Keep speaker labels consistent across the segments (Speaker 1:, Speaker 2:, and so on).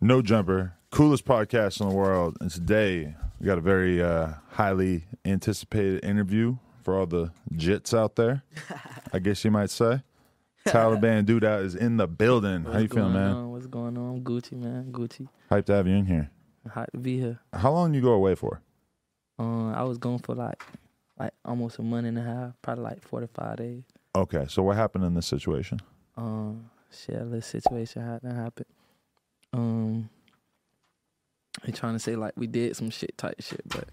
Speaker 1: No Jumper, coolest podcast in the world. And today we got a very uh, highly anticipated interview for all the jits out there. I guess you might say. Taliban dude out is in the building. How you
Speaker 2: What's
Speaker 1: feeling,
Speaker 2: going
Speaker 1: man?
Speaker 2: On? What's going on? I'm Gucci, man. Gucci.
Speaker 1: Hyped to have you in here.
Speaker 2: Hot to be here.
Speaker 1: How long you go away for?
Speaker 2: Um, I was gone for like, like almost a month and a half, probably like four to five days.
Speaker 1: Okay, so what happened in this situation?
Speaker 2: Um, shit, a little situation had that happened. Um, they trying to say like we did some shit type shit, but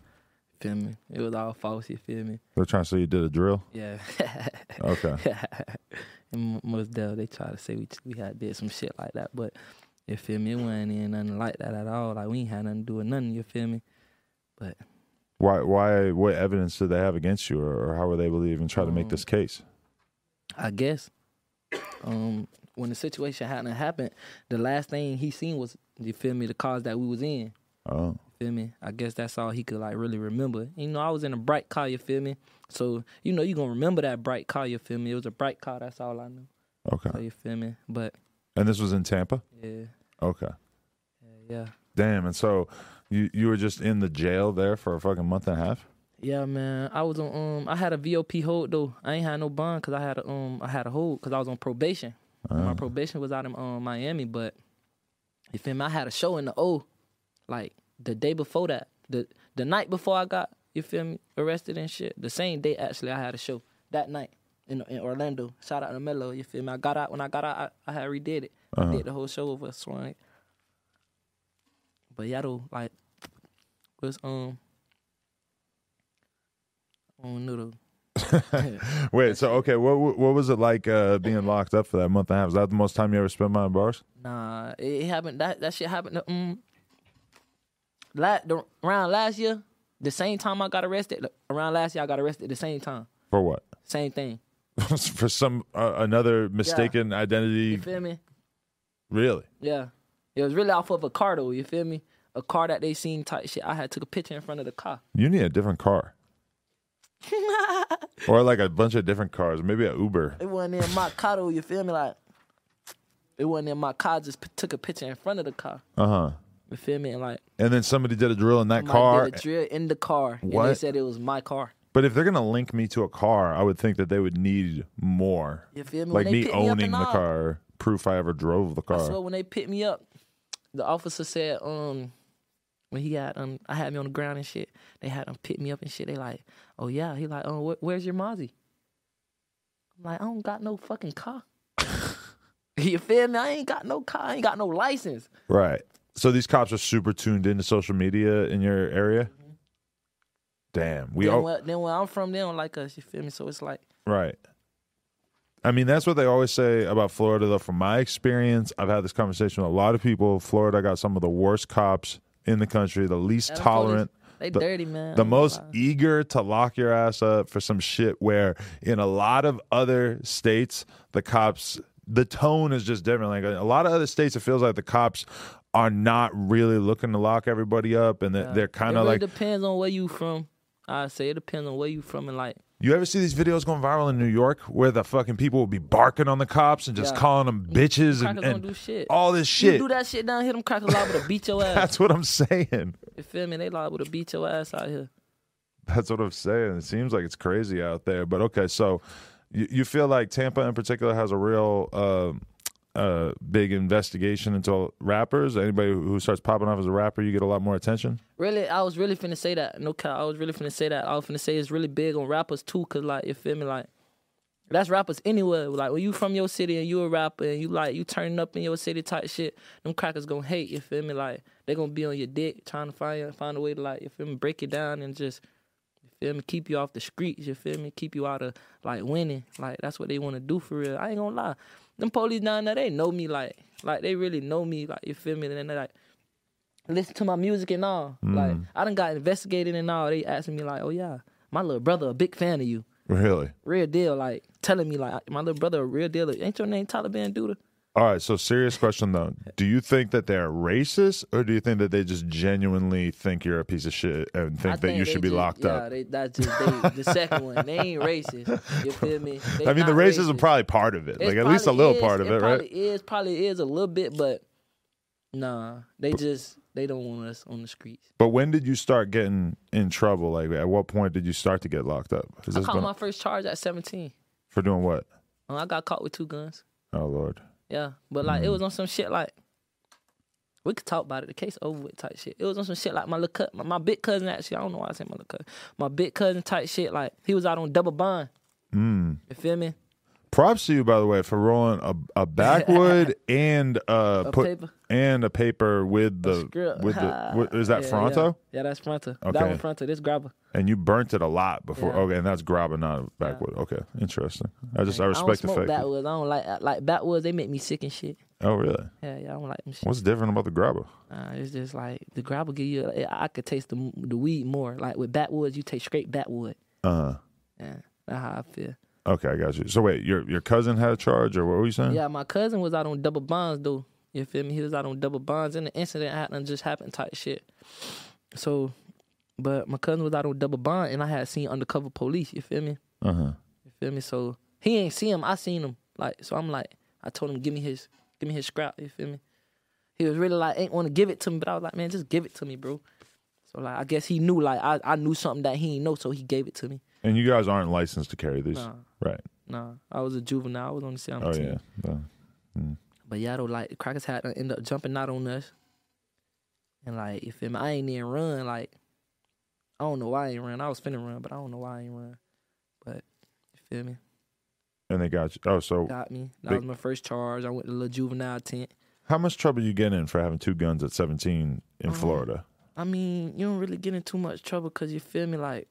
Speaker 2: feel me, it was all false. You feel me?
Speaker 1: They're trying to say you did a drill.
Speaker 2: Yeah.
Speaker 1: Okay,
Speaker 2: and mo- most dev, they try to say we we had did some shit like that, but you feel me? It wasn't even nothing like that at all. Like we ain't had nothing to do with nothing. You feel me? But
Speaker 1: why? Why? What evidence did they have against you, or, or how were they able to even try to make
Speaker 2: Oh.
Speaker 1: this case?
Speaker 2: I guess um, when the situation hadn't happened, the last thing he seen was you feel me the cars that we was in.
Speaker 1: Oh,
Speaker 2: Feel me? I guess that's all he could like really remember. You know, I was in a bright car. You feel me? So you know you gonna remember that bright car. You feel me? It was a bright car. That's all I knew. So
Speaker 1: okay.
Speaker 2: you feel me? But
Speaker 1: And this was in Tampa.
Speaker 2: yeah,
Speaker 1: Okay.
Speaker 2: yeah,
Speaker 1: Damn. And so you you were just in the jail there for a fucking month and a half.
Speaker 2: yeah, man. I was on. Um, I had a VOP hold though. I ain't had no bond because I had a um, I had a hold because I was on probation. My probation was out in um, Miami, but you feel me? I had a show in the O, like the day before that, the the night before I got you feel me arrested and shit. The same day actually, I had a show that night in in Orlando. Shout out to Mello, you feel me? I got out when I got out, I, I had redid it. I did the whole show over Swan. But yeah, though, like was um, I don't know though.
Speaker 1: Wait, so okay, what what what was it like uh, being locked up for that month and a half? Was that the most time you ever spent behind bars?
Speaker 2: Nah, it, it happened. That that shit happened. To, um, la the, around last year, the same time I got arrested. like, Around last year, I got arrested the same time.
Speaker 1: For what?
Speaker 2: Same thing.
Speaker 1: for some uh, another mistaken
Speaker 2: You
Speaker 1: identity?
Speaker 2: feel me?
Speaker 1: Really?
Speaker 2: Yeah. It was really off of a car though. You feel me? A car that they seen type shit. I had took a picture in front of the car.
Speaker 1: You need a different car, or like a bunch of different cars, maybe a Uber.
Speaker 2: It wasn't in my car though. You feel me? Like it wasn't in my car. I Just p- took a picture in front of the car.
Speaker 1: Uh huh.
Speaker 2: You feel me? And like
Speaker 1: And then somebody did a drill in that
Speaker 2: somebody
Speaker 1: car.
Speaker 2: did a drill in the car. And they
Speaker 1: What?
Speaker 2: said it was my car.
Speaker 1: But if they're gonna link me to a car, I would think that they would need more,
Speaker 2: You feel me? When
Speaker 1: like
Speaker 2: they
Speaker 1: me
Speaker 2: picked me up
Speaker 1: owning
Speaker 2: and
Speaker 1: the
Speaker 2: all.
Speaker 1: car, proof I ever drove the
Speaker 2: I swear
Speaker 1: car.
Speaker 2: when they picked me up, the officer said, um, when he had um I had me on the ground and shit, they had him pick me up and shit. They like, oh yeah. He like, oh wh- where's your Mozzie? I'm like, I don't got no fucking car. you feel me? I ain't got no car, I ain't got no license.
Speaker 1: Right. So these cops are super tuned into social media in your area. Damn, we
Speaker 2: then,
Speaker 1: all
Speaker 2: where, then where I'm from, they don't like us, you feel me? So it's like
Speaker 1: Right. I mean, that's what they always say about Florida, though. From my experience, I've had this conversation with a lot of people. Florida got some of the worst cops in the country, the least
Speaker 2: Adam
Speaker 1: tolerant,
Speaker 2: Police, They
Speaker 1: the-
Speaker 2: dirty, man.
Speaker 1: the
Speaker 2: I ain't gonna
Speaker 1: most
Speaker 2: lie.
Speaker 1: eager to lock your ass up for some shit. Where in a lot of other states, the cops, the tone is just different. Like a lot of other states, it feels like the cops are not really looking to lock everybody up, and they're, they're kind
Speaker 2: it
Speaker 1: of
Speaker 2: really
Speaker 1: like
Speaker 2: depends on where you from. I say it depends on where you from and like
Speaker 1: You ever see these videos going viral in New York where the fucking people will be barking on the cops and just
Speaker 2: Yeah.
Speaker 1: calling them bitches and,
Speaker 2: crackers don't
Speaker 1: and
Speaker 2: do shit.
Speaker 1: all this
Speaker 2: You
Speaker 1: shit?
Speaker 2: do that shit down here, them crackers liable to beat your ass.
Speaker 1: That's what I'm saying.
Speaker 2: You feel me? They liable to beat your ass out here.
Speaker 1: That's what I'm saying. It seems like it's crazy out there, but okay. So you, you feel like Tampa in particular has a real um a big investigation into rappers? Anybody who starts popping off as a rapper, you get a lot more attention.
Speaker 2: Really, I was really finna say that. No cow, I was really finna say that. I was finna say it's really big on rappers too, cause like you feel me, like that's rappers anywhere. Like when you from your city and you a rapper and you like you turning up in your city type shit, them crackers gonna hate. You feel me? Like they gonna be on your dick trying to find find a way to like you feel me break it down and just you feel me keep you off the streets. You feel me? Keep you out of like winning. Like that's what they wanna do for real. I ain't gonna lie. Them police down there, they know me like like they really know me. Like you feel me? And then they like listen to my music and all.
Speaker 1: Mm.
Speaker 2: Like I done got investigated and all. They asking me like, oh yeah, my little brother a big fan of you
Speaker 1: Really?
Speaker 2: real deal, like telling me like my little brother a real deal. Like, Ain't your name Taliban Duda?
Speaker 1: All right. So serious question though. Do you think that they're racist, or do you think that they just genuinely think you're a piece of shit and think, that you
Speaker 2: they
Speaker 1: should be
Speaker 2: just-
Speaker 1: locked
Speaker 2: yeah,
Speaker 1: up?
Speaker 2: they, that's just they, the second one. They ain't racist. You feel me? They
Speaker 1: I mean, the
Speaker 2: not
Speaker 1: racism
Speaker 2: racist.
Speaker 1: probably part of it.
Speaker 2: It's
Speaker 1: like at least a
Speaker 2: probably
Speaker 1: little
Speaker 2: is,
Speaker 1: part of it,
Speaker 2: probably
Speaker 1: right?
Speaker 2: Is probably is a little bit, but nah, they just they don't want us on the streets.
Speaker 1: But when did you start getting in trouble? Like at what point did you start to get locked up? Has
Speaker 2: I
Speaker 1: this
Speaker 2: caught
Speaker 1: been-
Speaker 2: my first charge at 17.
Speaker 1: for doing what?
Speaker 2: Uh, I got caught with two guns.
Speaker 1: Oh lord.
Speaker 2: Yeah, but like it was on some shit like we could talk about it. The case over with type shit. It was on some shit like my little cut, my, my big cousin actually. I don't know why I say my little cousin. My big cousin type shit. Like he was out on double bond. Mm. You feel me?
Speaker 1: Props to you, by the way, for rolling a, a backwood and a,
Speaker 2: A
Speaker 1: put
Speaker 2: paper.
Speaker 1: and a paper with the
Speaker 2: Script.
Speaker 1: with the what, is that
Speaker 2: Yeah,
Speaker 1: Fronto?
Speaker 2: Yeah. yeah, that's Fronto.
Speaker 1: Okay.
Speaker 2: That one Fronto. This grabber.
Speaker 1: And you burnt it a lot before.
Speaker 2: Yeah.
Speaker 1: Okay, and that's grabba, not a backwood. Okay, interesting. I just I
Speaker 2: I don't
Speaker 1: respect the
Speaker 2: smoke
Speaker 1: fact. that-
Speaker 2: backwoods. I don't like I like backwoods. They make me sick and shit.
Speaker 1: oh really?
Speaker 2: Yeah, yeah. I don't like them shit.
Speaker 1: What's different about the grabba?
Speaker 2: Nah, it's just like the grabber give you. I- I could taste the the weed more. Like with backwoods, you taste straight backwood.
Speaker 1: Uh
Speaker 2: Yeah, that's how I feel.
Speaker 1: huh. Okay, I got you. So wait, your your cousin had a charge, or what were you saying?
Speaker 2: Yeah, my cousin was out on double bonds though. You feel me? He was out on double bonds, and the incident happened just happened type shit. So, but my cousin was out on double bond, and I had seen undercover police. You feel me?
Speaker 1: Uh huh.
Speaker 2: You feel me? So he ain't see him. I seen him. Like so, I'm like, I told him, give me his, give me his scrap. You feel me? He was really like, ain't want to give it to me, but I was like, man, just give it to me, bro. So like, I guess he knew like I, I knew something that he ain't know, so he gave it to me.
Speaker 1: And you guys aren't licensed to carry these,
Speaker 2: Nah.
Speaker 1: right?
Speaker 2: Nah, I was a juvenile. I was on the 17.
Speaker 1: Oh yeah. yeah.
Speaker 2: But yeah, though, like the crackers had to end up jumping out on us, and like you feel me, I ain't even run. Like I don't know why I ain't run. I was finna run, but I don't know why I ain't run. But you feel me,
Speaker 1: And they got you. Oh, so
Speaker 2: got me. That
Speaker 1: Big-
Speaker 2: was my first charge. I went to the little juvenile tent.
Speaker 1: how much trouble you get in for having two guns at 17 in
Speaker 2: Um,
Speaker 1: Florida?
Speaker 2: I mean, you don't really get in too much trouble because you feel me, like.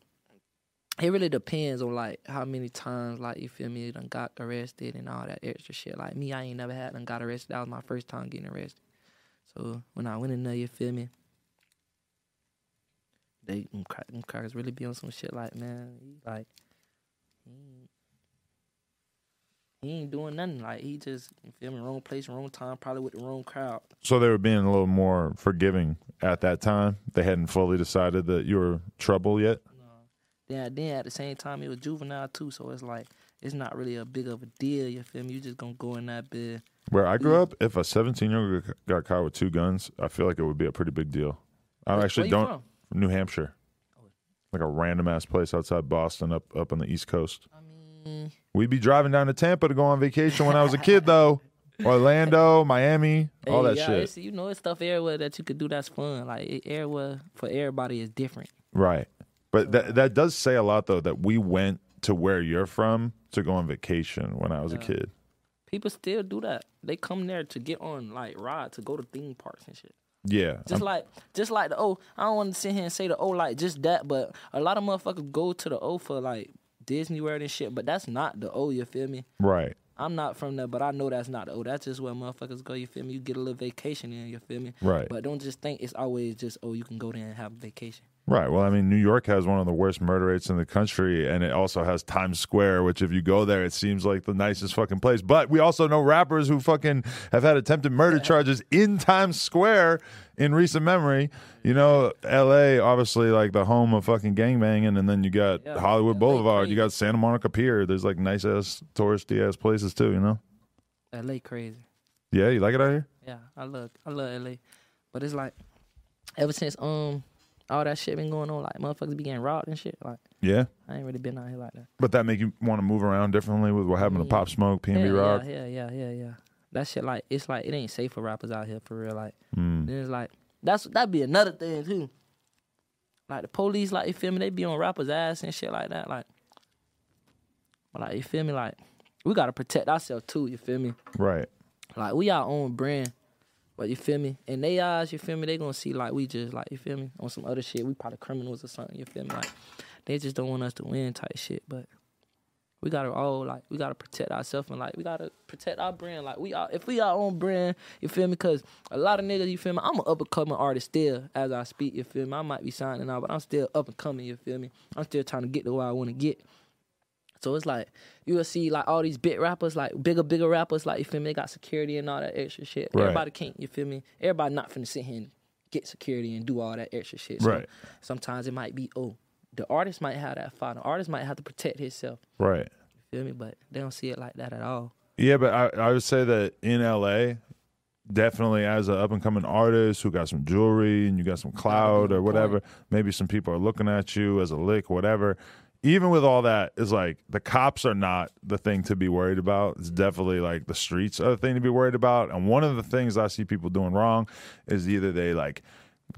Speaker 2: It really depends on like how many times like you feel me done got arrested and all that extra shit. Like me, I ain't never had done got arrested. That was my first time getting arrested. So when I went in there, you feel me? They them, crack, them crackers really be on some shit like man, he like he ain't, he ain't doing nothing. Like he just you feel me, wrong place, wrong time, probably with the wrong crowd.
Speaker 1: So they were being a little more forgiving at that time. They hadn't fully decided that you were trouble yet.
Speaker 2: Then, then at the same time, it was juvenile too, so it's like it's not really a big of a deal. You feel me? You just gonna go in that bed.
Speaker 1: Where I grew up, if a 17 year old got caught with two guns, I feel like it would be a pretty big deal. I
Speaker 2: Where-
Speaker 1: actually
Speaker 2: where you
Speaker 1: don't. New Hampshire, like a random ass place outside Boston, up up on the East Coast.
Speaker 2: I mean,
Speaker 1: We'd be driving down to Tampa to go on vacation when I was a kid, though. Orlando, Miami, all
Speaker 2: hey,
Speaker 1: that
Speaker 2: yeah,
Speaker 1: shit.
Speaker 2: it's- You know, it's stuff everywhere that you could do that's fun. Like it, everywhere for everybody is different.
Speaker 1: Right. But that that does say a lot though that we went to where you're from to go on vacation when I was a kid.
Speaker 2: People still do that. They come there to get on like ride to go to theme parks and shit.
Speaker 1: Yeah.
Speaker 2: Just like, just like the O. I don't want to sit here and say the O like just that, but a lot of motherfuckers go to the O for like Disney World and shit. But that's not the O. You feel me?
Speaker 1: right.
Speaker 2: I'm not from there, but I know that's not the O. That's just where motherfuckers go. You feel me? You get a little vacation in. You feel me?
Speaker 1: Right.
Speaker 2: But don't just think it's always just oh you can go there and have a vacation.
Speaker 1: Right. Well, I mean, New York has one of the worst murder rates in the country, and it also has Times Square, which, if you go there, it seems like the nicest fucking place. But we also know rappers who fucking have had attempted murder charges in Times Square in recent memory. You know, L.A. obviously like the home of fucking gangbanging, and then you got
Speaker 2: Yeah.
Speaker 1: Hollywood
Speaker 2: LA
Speaker 1: Boulevard,
Speaker 2: crazy.
Speaker 1: you got Santa Monica Pier. There's like nice ass touristy ass places too. You know?
Speaker 2: LA crazy.
Speaker 1: Yeah, you like it out here?
Speaker 2: Yeah, I love I love LA. But it's like ever since um all that shit been going on, like motherfuckers be getting robbed and shit. Like
Speaker 1: Yeah.
Speaker 2: I ain't really been out here like that.
Speaker 1: But that make you want to move around differently with what happened to Pop Smoke, P and B
Speaker 2: yeah,
Speaker 1: Rock.
Speaker 2: yeah, yeah, yeah, yeah, yeah. that shit like it's like it ain't safe for rappers out here for real. Like then it's like that's that'd be another thing too. Like the police, like you feel me, they be on rappers' ass and shit like that. Like, but like you feel me, like we gotta protect ourselves too. You feel me?
Speaker 1: Right.
Speaker 2: Like we our own brand. But you feel me? In their eyes, you feel me, they gonna see like we just like, you feel me, on some other shit. We probably criminals or something, you feel me? Like they just don't want us to win type shit. But we gotta all like we gotta protect ourselves and like we gotta protect our brand. Like we are if we our own brand, you feel me? Cause a lot of niggas, you feel me, I'm an up and coming artist still as I speak, you feel me? I might be signing out, but I'm still up and coming, you feel me? I'm still trying to get to where I wanna get. So it's like you'll see like all these big rappers, like bigger, bigger rappers, like you feel me, they got security and all that extra shit.
Speaker 1: Right.
Speaker 2: Everybody can't, you feel me? Everybody not finna sit here and get security and do all that extra shit. So
Speaker 1: Right.
Speaker 2: sometimes it might be, oh, the artist might have that fight. The artist might have to protect himself.
Speaker 1: Right.
Speaker 2: You feel me? But they don't see it like that at all.
Speaker 1: Yeah, but I, I would say that in LA, definitely as an up and coming artist who got some jewelry and you got some cloud or whatever, maybe some people are looking at you as a lick, whatever. Even with all that, it's like the cops are not the thing to be worried about. It's definitely like the streets are the thing to be worried about. And one of the things I see people doing wrong is either they like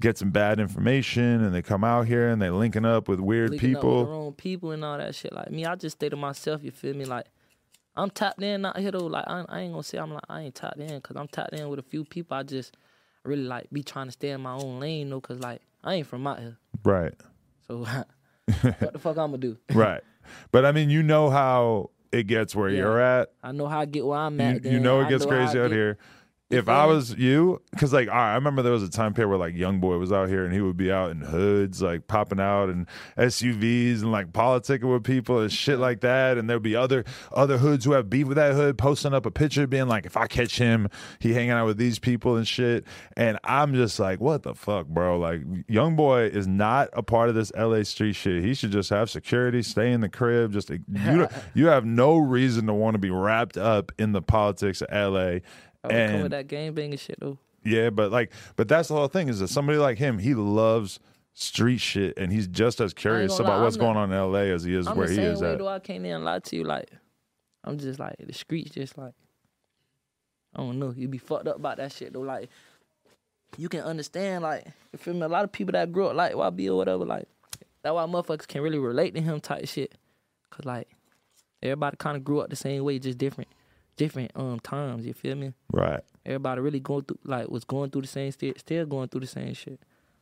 Speaker 1: get some bad information and they come out here and they linking up with weird
Speaker 2: Linking up with the
Speaker 1: people.
Speaker 2: wrong people and all that shit. Like me, I just stay to myself. You feel me? Like I'm tapped in out here though. Like I, I ain't gonna say I'm like I ain't tapped in because I'm tapped in with a few people. I just really like be trying to stay in my own lane though, cause like I ain't from out here.
Speaker 1: Right.
Speaker 2: So what the fuck I'm gonna do?
Speaker 1: Right. But I mean, you know how it gets where you're at.
Speaker 2: I know how I get where I'm
Speaker 1: you,
Speaker 2: at.
Speaker 1: you
Speaker 2: then.
Speaker 1: know it
Speaker 2: I
Speaker 1: gets
Speaker 2: how I
Speaker 1: crazy out
Speaker 2: get-
Speaker 1: here. If I was you, because like all right, I remember there was a time period where like young boy was out here and he would be out in hoods, like popping out and SUVs and like politicking with people and shit like that. And there'd be other other hoods who have beef with that hood posting up a picture being like, if I catch him, he hanging out with these people and shit. And I'm just like, what the fuck, bro? Like young boy is not a part of this LA street shit. He should just have security, stay in the crib. Just you don't- you have no reason to want to be wrapped up in the politics of LA.
Speaker 2: I would come
Speaker 1: And
Speaker 2: with that game banging shit though.
Speaker 1: yeah, but like, but that's the whole thing is that somebody like him, he loves street shit, and he's just as curious
Speaker 2: gonna
Speaker 1: about
Speaker 2: lie,
Speaker 1: what's
Speaker 2: I'm
Speaker 1: going on in L.A. as he is
Speaker 2: I'm
Speaker 1: where
Speaker 2: the
Speaker 1: he
Speaker 2: same
Speaker 1: is
Speaker 2: way
Speaker 1: at.
Speaker 2: though. I can't even lie to you. Like I'm just like the streets. Just like I don't know. You be fucked up about that shit though. Like you can understand. Like you feel me? A lot of people that grew up like YB or whatever. Like that why motherfuckers can really relate to him type shit. Cause like everybody kind of grew up the same way, just different, different um times. You feel me?
Speaker 1: Right,
Speaker 2: Everybody really going through like was going through the same shit, still going through the same shit.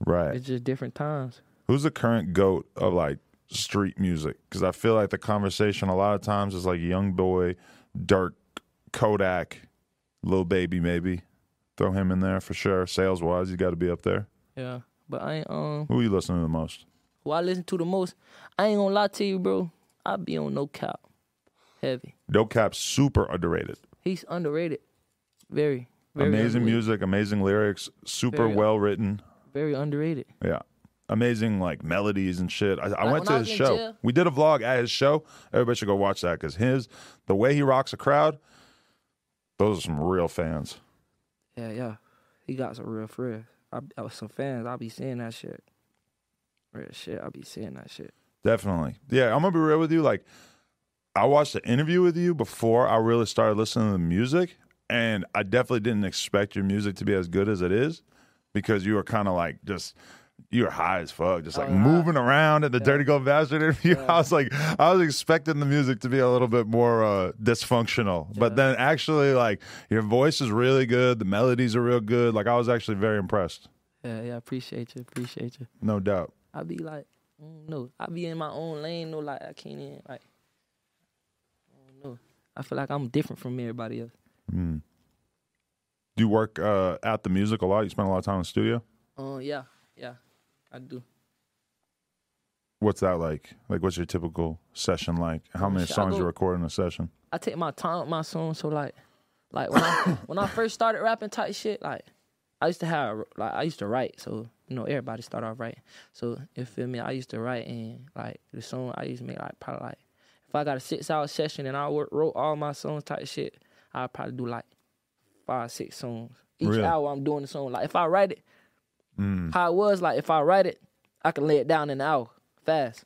Speaker 1: right.
Speaker 2: It's just different times.
Speaker 1: Who's the current goat of like street music? Because I feel like the conversation a lot of times is like Young Boy, Dirk, Kodak, Lil Baby, maybe. Throw him in there for sure. Sales wise, you got to be up there.
Speaker 2: Yeah, but I ain't um.
Speaker 1: Who you listening to the most?
Speaker 2: who I listen to the most, I ain't gonna lie to you, bro. I be on no cap. Heavy.
Speaker 1: No cap, super underrated.
Speaker 2: He's underrated. Very, very
Speaker 1: amazing
Speaker 2: underrated.
Speaker 1: music, amazing lyrics, super
Speaker 2: Very-
Speaker 1: well written.
Speaker 2: Very underrated.
Speaker 1: Yeah. Amazing like melodies and shit. I, I went
Speaker 2: Like, when I
Speaker 1: to his
Speaker 2: was in
Speaker 1: show.
Speaker 2: jail-
Speaker 1: We did a vlog at his show. Everybody should go watch that because his the way he rocks a crowd, those are some real fans.
Speaker 2: Yeah, yeah. He got some real friends. I, I was some fans. I be seeing that shit. Real shit. I be seeing that shit.
Speaker 1: Definitely. Yeah, I'm gonna be real with you. Like, I watched the interview with you before I really started listening to the music, and I definitely didn't expect your music to be as good as it is because you were kind of like just. You were high as fuck, just like moving around at the Dirty Gold Bastard interview. I was like, I was expecting the music to be a little bit more uh, dysfunctional, but then actually, like, your voice is really good. The melodies are real good. Like, I was actually very impressed,
Speaker 2: Yeah, yeah. Appreciate you. Appreciate you.
Speaker 1: no doubt.
Speaker 2: I be like, I don't know. I be in my own lane. No, like I can't even like. I don't know. I feel like I'm different from everybody else.
Speaker 1: Hmm. Do you work uh, at the music a lot? You spend a lot of time in the studio.
Speaker 2: Um, yeah, yeah. I do.
Speaker 1: What's that like? Like, what's your typical session like? How many
Speaker 2: Shit, I
Speaker 1: songs
Speaker 2: go-
Speaker 1: you record in a session?
Speaker 2: I take my time with my songs. So like, like when I when I first started rapping type shit, like I used to have like I used to write. So you know everybody start off writing. So you feel me? I used to write and like the song I used to make like probably like if I got a six hour session and I wo- wrote all my songs type shit, I'd probably do like five six songs each
Speaker 1: Really?
Speaker 2: hour. I'm doing the song. Like if I write it,
Speaker 1: Hmm.
Speaker 2: how it was like if I write it, I can lay it down in an hour fast.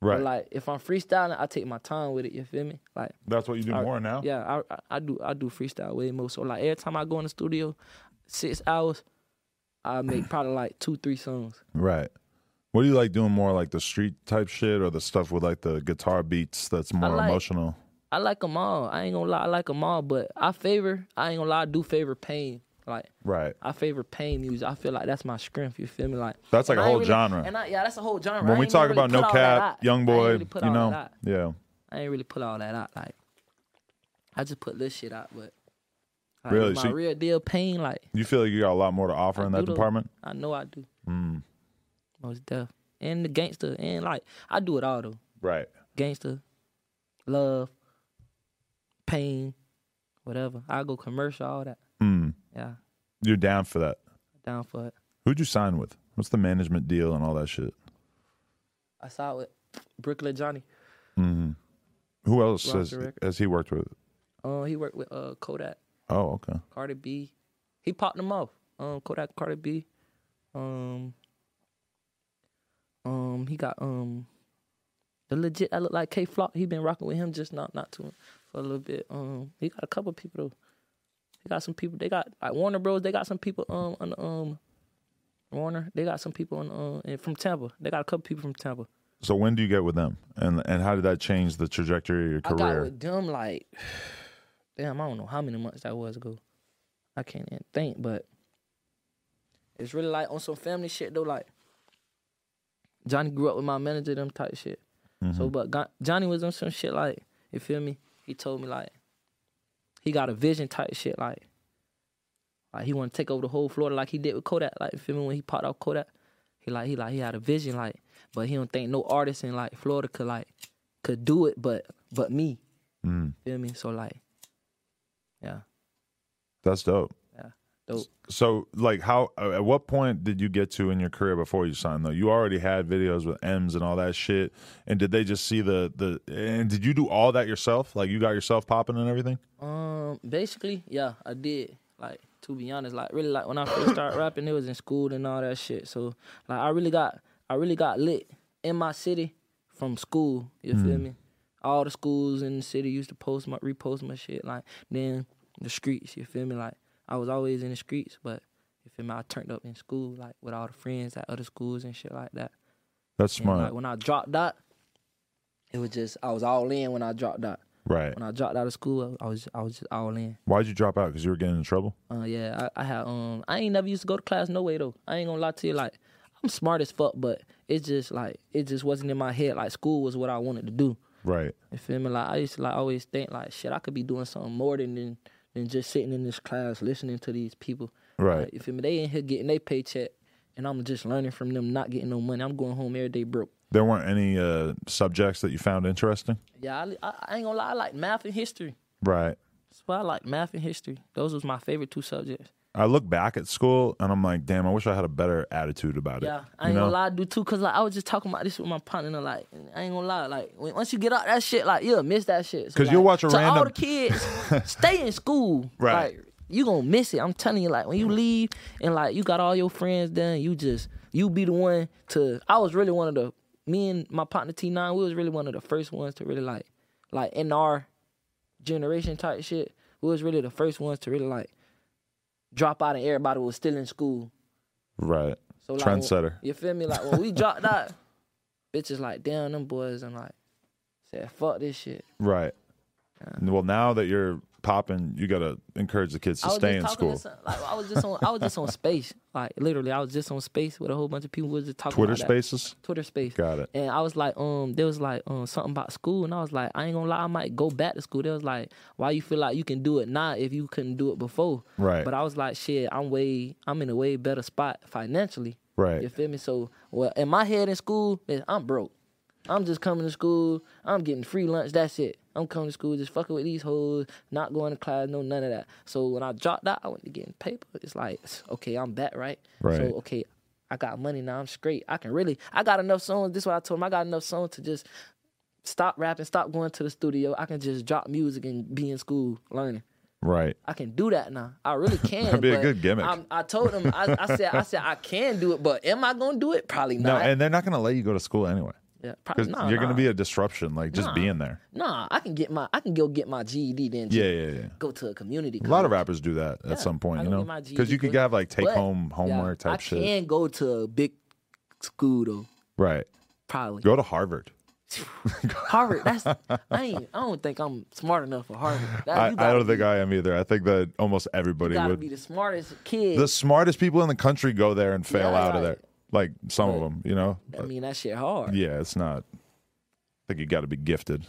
Speaker 2: But
Speaker 1: Right.
Speaker 2: like if I'm freestyling, I take my time with it. You feel me? Like
Speaker 1: That's what you do
Speaker 2: I-
Speaker 1: more now.
Speaker 2: yeah, I- I I do I do freestyle way more. So like every time I go in the studio, six hours, I make probably like two three songs.
Speaker 1: Right. What do you like doing more, like the street type shit, or the stuff with like the guitar beats that's more
Speaker 2: like-
Speaker 1: emotional?
Speaker 2: I like them all. I ain't gonna lie, I like them all. But I favor I ain't gonna lie, I do favor pain. Like
Speaker 1: Right.
Speaker 2: I favor pain music. I feel like that's my strength. You feel me? Like
Speaker 1: That's like a
Speaker 2: and I ain't
Speaker 1: whole
Speaker 2: really-
Speaker 1: genre.
Speaker 2: And I, yeah, that's a whole genre.
Speaker 1: when
Speaker 2: I
Speaker 1: we
Speaker 2: ain't
Speaker 1: talk
Speaker 2: really
Speaker 1: about
Speaker 2: put
Speaker 1: no
Speaker 2: all that
Speaker 1: cap,
Speaker 2: out.
Speaker 1: young
Speaker 2: I ain't
Speaker 1: boy,
Speaker 2: really put
Speaker 1: you
Speaker 2: all
Speaker 1: know,
Speaker 2: that out.
Speaker 1: yeah.
Speaker 2: I ain't really put all that out. Like, I just put this shit out, but like,
Speaker 1: Really?
Speaker 2: my
Speaker 1: So you-
Speaker 2: real deal pain. Like,
Speaker 1: You feel like you got a lot more to offer
Speaker 2: I
Speaker 1: in
Speaker 2: do
Speaker 1: that
Speaker 2: though.
Speaker 1: department.
Speaker 2: I know I do.
Speaker 1: Mm.
Speaker 2: Most deaf and the gangster and like I do it all though.
Speaker 1: Right.
Speaker 2: Gangster, love, pain, whatever. I go commercial, all that.
Speaker 1: Mm.
Speaker 2: Yeah,
Speaker 1: You're down for that.
Speaker 2: down for it.
Speaker 1: Who'd you sign with? What's the management deal and all that shit?
Speaker 2: I saw it with Brooklyn Johnny.
Speaker 1: hmm Who else
Speaker 2: Roger
Speaker 1: has,
Speaker 2: Rick.
Speaker 1: has he worked with?
Speaker 2: Uh, he worked with uh Kodak,
Speaker 1: Oh, okay.
Speaker 2: Cardi B. He popped them off. Um, Kodak, Cardi B. Um, um, he got um the legit. I look like K Flock. He been rocking with him just not not too for a little bit. Um, he got a couple people though. He got some people. They got like Warner Bros. They got some people. Um, on um. Warner, they got some people on uh, and from Tampa. They got a couple people from Tampa.
Speaker 1: So when do you get with them, and and how did that change the trajectory of your
Speaker 2: I got
Speaker 1: career?
Speaker 2: with them like, damn, I don't know how many months that was ago. I can't even think, but it's really like on some family shit though. Like Johnny grew up with my manager, them type shit.
Speaker 1: Mm-hmm.
Speaker 2: So, but Go- Johnny was on some shit like, you feel me? He told me like, he got a vision type shit like, like he want to take over the whole Florida like he did with Kodak. Like, you feel me? When he popped out Kodak, he like he like he had a vision like, but he don't think no artist in like Florida could like could do it, but but me.
Speaker 1: Mm.
Speaker 2: Feel me? So like, yeah,
Speaker 1: That's dope.
Speaker 2: yeah, dope.
Speaker 1: So, like, how uh, at what point did you get to in your career before you signed? Though you already had videos with M's and all that shit, and did they just see the the? And did you do all that yourself? Like, you got yourself popping and everything?
Speaker 2: Um, basically, yeah, I did. Like to be honest, like really, like when I first started rapping, it was in school and all that shit. So like, I really got, I really got lit in my city from school. You feel me? All the schools in the city used to post my repost my shit. Like then the streets. You feel me? Like I was always in the streets, but you feel me? I turned up in school, like with all the friends at other schools and shit like that.
Speaker 1: That's
Speaker 2: And,
Speaker 1: smart,
Speaker 2: like when I dropped out, it was just I was all in when I dropped out.
Speaker 1: right?
Speaker 2: When I dropped out of school, I was I was just all in.
Speaker 1: Why'd you drop out? Because you were getting in trouble.
Speaker 2: Uh, yeah, I, I had um, I ain't never used to go to class no way though. I ain't gonna lie to you, like I'm smart as fuck, but it's just like it just wasn't in my head. Like school was what I wanted to do.
Speaker 1: Right.
Speaker 2: You feel me? Like I used to like always think like shit, I could be doing something more than than, than just sitting in this class listening to these people.
Speaker 1: Right.
Speaker 2: Like, you feel me? They in here getting their paycheck, and I'm just learning from them not getting no money. I'm going home every day broke.
Speaker 1: There weren't any uh, subjects that you found interesting.
Speaker 2: Yeah, I, I, I ain't gonna lie, I like math and history.
Speaker 1: Right.
Speaker 2: That's why I like math and history. Those was my favorite two subjects.
Speaker 1: I look back at school and I'm like, damn, I wish I had a better attitude about it.
Speaker 2: Yeah, I
Speaker 1: you
Speaker 2: ain't
Speaker 1: know?
Speaker 2: gonna lie, I do too. Cause like I was just talking about this with my partner. and, Like I ain't gonna lie, like when, once you get out that shit, like you'll miss that shit. So,
Speaker 1: 'Cause
Speaker 2: like,
Speaker 1: you'll watch a
Speaker 2: to all
Speaker 1: random-
Speaker 2: the kids stay in school,
Speaker 1: Right.
Speaker 2: Like, you gonna miss it. I'm telling you, like when you leave and like you got all your friends done, you just you be the one to. I was really one of the me and my partner T9. We was really one of the first ones to really like like in our generation type shit. We was really the first ones to really like drop out and everybody was still in school.
Speaker 1: Right.
Speaker 2: So like, when-
Speaker 1: Trendsetter.
Speaker 2: you feel me? Like when we dropped out, bitches like damn them boys and like said fuck this shit.
Speaker 1: Right. Well, now that you're popping, you got to encourage the kids to
Speaker 2: I was
Speaker 1: stay
Speaker 2: just
Speaker 1: in
Speaker 2: talking
Speaker 1: school.
Speaker 2: To some, like I was just on I was just on space. Like literally, I was just on space with a whole bunch of people. We was just talking
Speaker 1: Twitter
Speaker 2: about that.
Speaker 1: spaces?
Speaker 2: Twitter space.
Speaker 1: Got it.
Speaker 2: And I was like, um, there was like um something about school, and I was like, I ain't gonna lie, I might go back to school. They was like, why you feel like you can do it now if you couldn't do it before?
Speaker 1: Right.
Speaker 2: But I was like, shit, I'm way, I'm in a way better spot financially.
Speaker 1: Right.
Speaker 2: You feel me? So, well, in my head in school, man, I'm broke. I'm just coming to school. I'm getting free lunch. That's it. I'm coming to school, just fucking with these hoes, not going to class, no none of that. So when I dropped out, I went to getting paper. It's like, okay, I'm back, right?
Speaker 1: Right.
Speaker 2: So okay, I got money now. I'm straight. I can really. I got enough songs. This is what I told him. I got enough songs to just stop rapping, stop going to the studio. I can just drop music and be in school learning.
Speaker 1: Right.
Speaker 2: I can do that now. I really can.
Speaker 1: That'd be a
Speaker 2: but
Speaker 1: good gimmick.
Speaker 2: I'm, I told him. I, I said. I said I can do it, but am I gonna do it? Probably
Speaker 1: No,
Speaker 2: not.
Speaker 1: and they're not going to let you go to school anyway.
Speaker 2: Yeah,
Speaker 1: Because
Speaker 2: probably, nah,
Speaker 1: you're
Speaker 2: nah.
Speaker 1: gonna be a disruption, like just
Speaker 2: Nah.
Speaker 1: being there.
Speaker 2: Nah, I can get my I can go get my GED then.
Speaker 1: Yeah, yeah, yeah.
Speaker 2: Go to a community.
Speaker 1: A lot of
Speaker 2: college.
Speaker 1: rappers do that at some point,
Speaker 2: I
Speaker 1: you
Speaker 2: go get
Speaker 1: know,
Speaker 2: my GED
Speaker 1: because you could
Speaker 2: quick.
Speaker 1: have like take
Speaker 2: But,
Speaker 1: home homework
Speaker 2: yeah,
Speaker 1: type
Speaker 2: I
Speaker 1: shit.
Speaker 2: can go to a big school though.
Speaker 1: Right.
Speaker 2: Probably
Speaker 1: Go to Harvard.
Speaker 2: Harvard. That's I ain't. I don't think I'm smart enough for Harvard. That-
Speaker 1: I,
Speaker 2: you
Speaker 1: I
Speaker 2: gotta
Speaker 1: don't think I am either. I think that almost
Speaker 2: be-
Speaker 1: everybody
Speaker 2: you gotta
Speaker 1: would.
Speaker 2: be the smartest kid.
Speaker 1: the smartest people in the country go there and fail
Speaker 2: Yeah,
Speaker 1: out of
Speaker 2: like-
Speaker 1: there. Like some of them, you know.
Speaker 2: I mean, that shit hard.
Speaker 1: Yeah, it's not. I think you got to be gifted.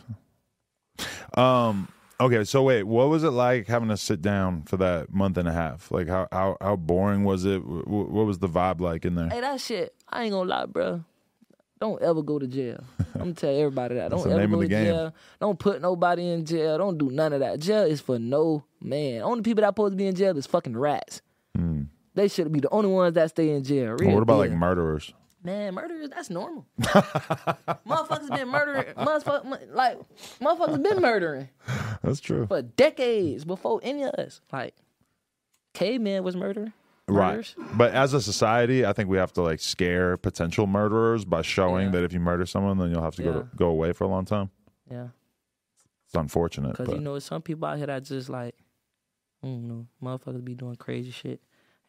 Speaker 1: Um. Okay. So wait, what was it like having to sit down for that month and a half? Like how how, how boring was it? Wh- wh- What was the vibe like in there?
Speaker 2: Hey, that shit. I ain't gonna lie, bro. Don't ever go to jail. I'm gonna tell everybody that. Don't
Speaker 1: the
Speaker 2: ever
Speaker 1: name of
Speaker 2: go
Speaker 1: the
Speaker 2: to
Speaker 1: game.
Speaker 2: jail. Don't put nobody in jail. Don't do none of that. Jail is for no man. Only people that supposed to be in jail is fucking rats. They should be the only ones that stay in jail. Real
Speaker 1: Hmm. what about
Speaker 2: deal.
Speaker 1: like murderers?
Speaker 2: Man, murderers, that's normal. motherfuckers been murdering. Motherfuckers, like, motherfuckers been murdering
Speaker 1: That's true.
Speaker 2: for decades before any of us. Like, caveman was murdering. Murders.
Speaker 1: Right. But as a society, I think we have to like scare potential murderers by showing
Speaker 2: Yeah.
Speaker 1: that if you murder someone, then you'll have to go to,
Speaker 2: Yeah.
Speaker 1: go away for a long time.
Speaker 2: Yeah.
Speaker 1: It's unfortunate,
Speaker 2: Because,
Speaker 1: but
Speaker 2: you know, some people out here that just, like, I don't know, motherfuckers be doing crazy shit.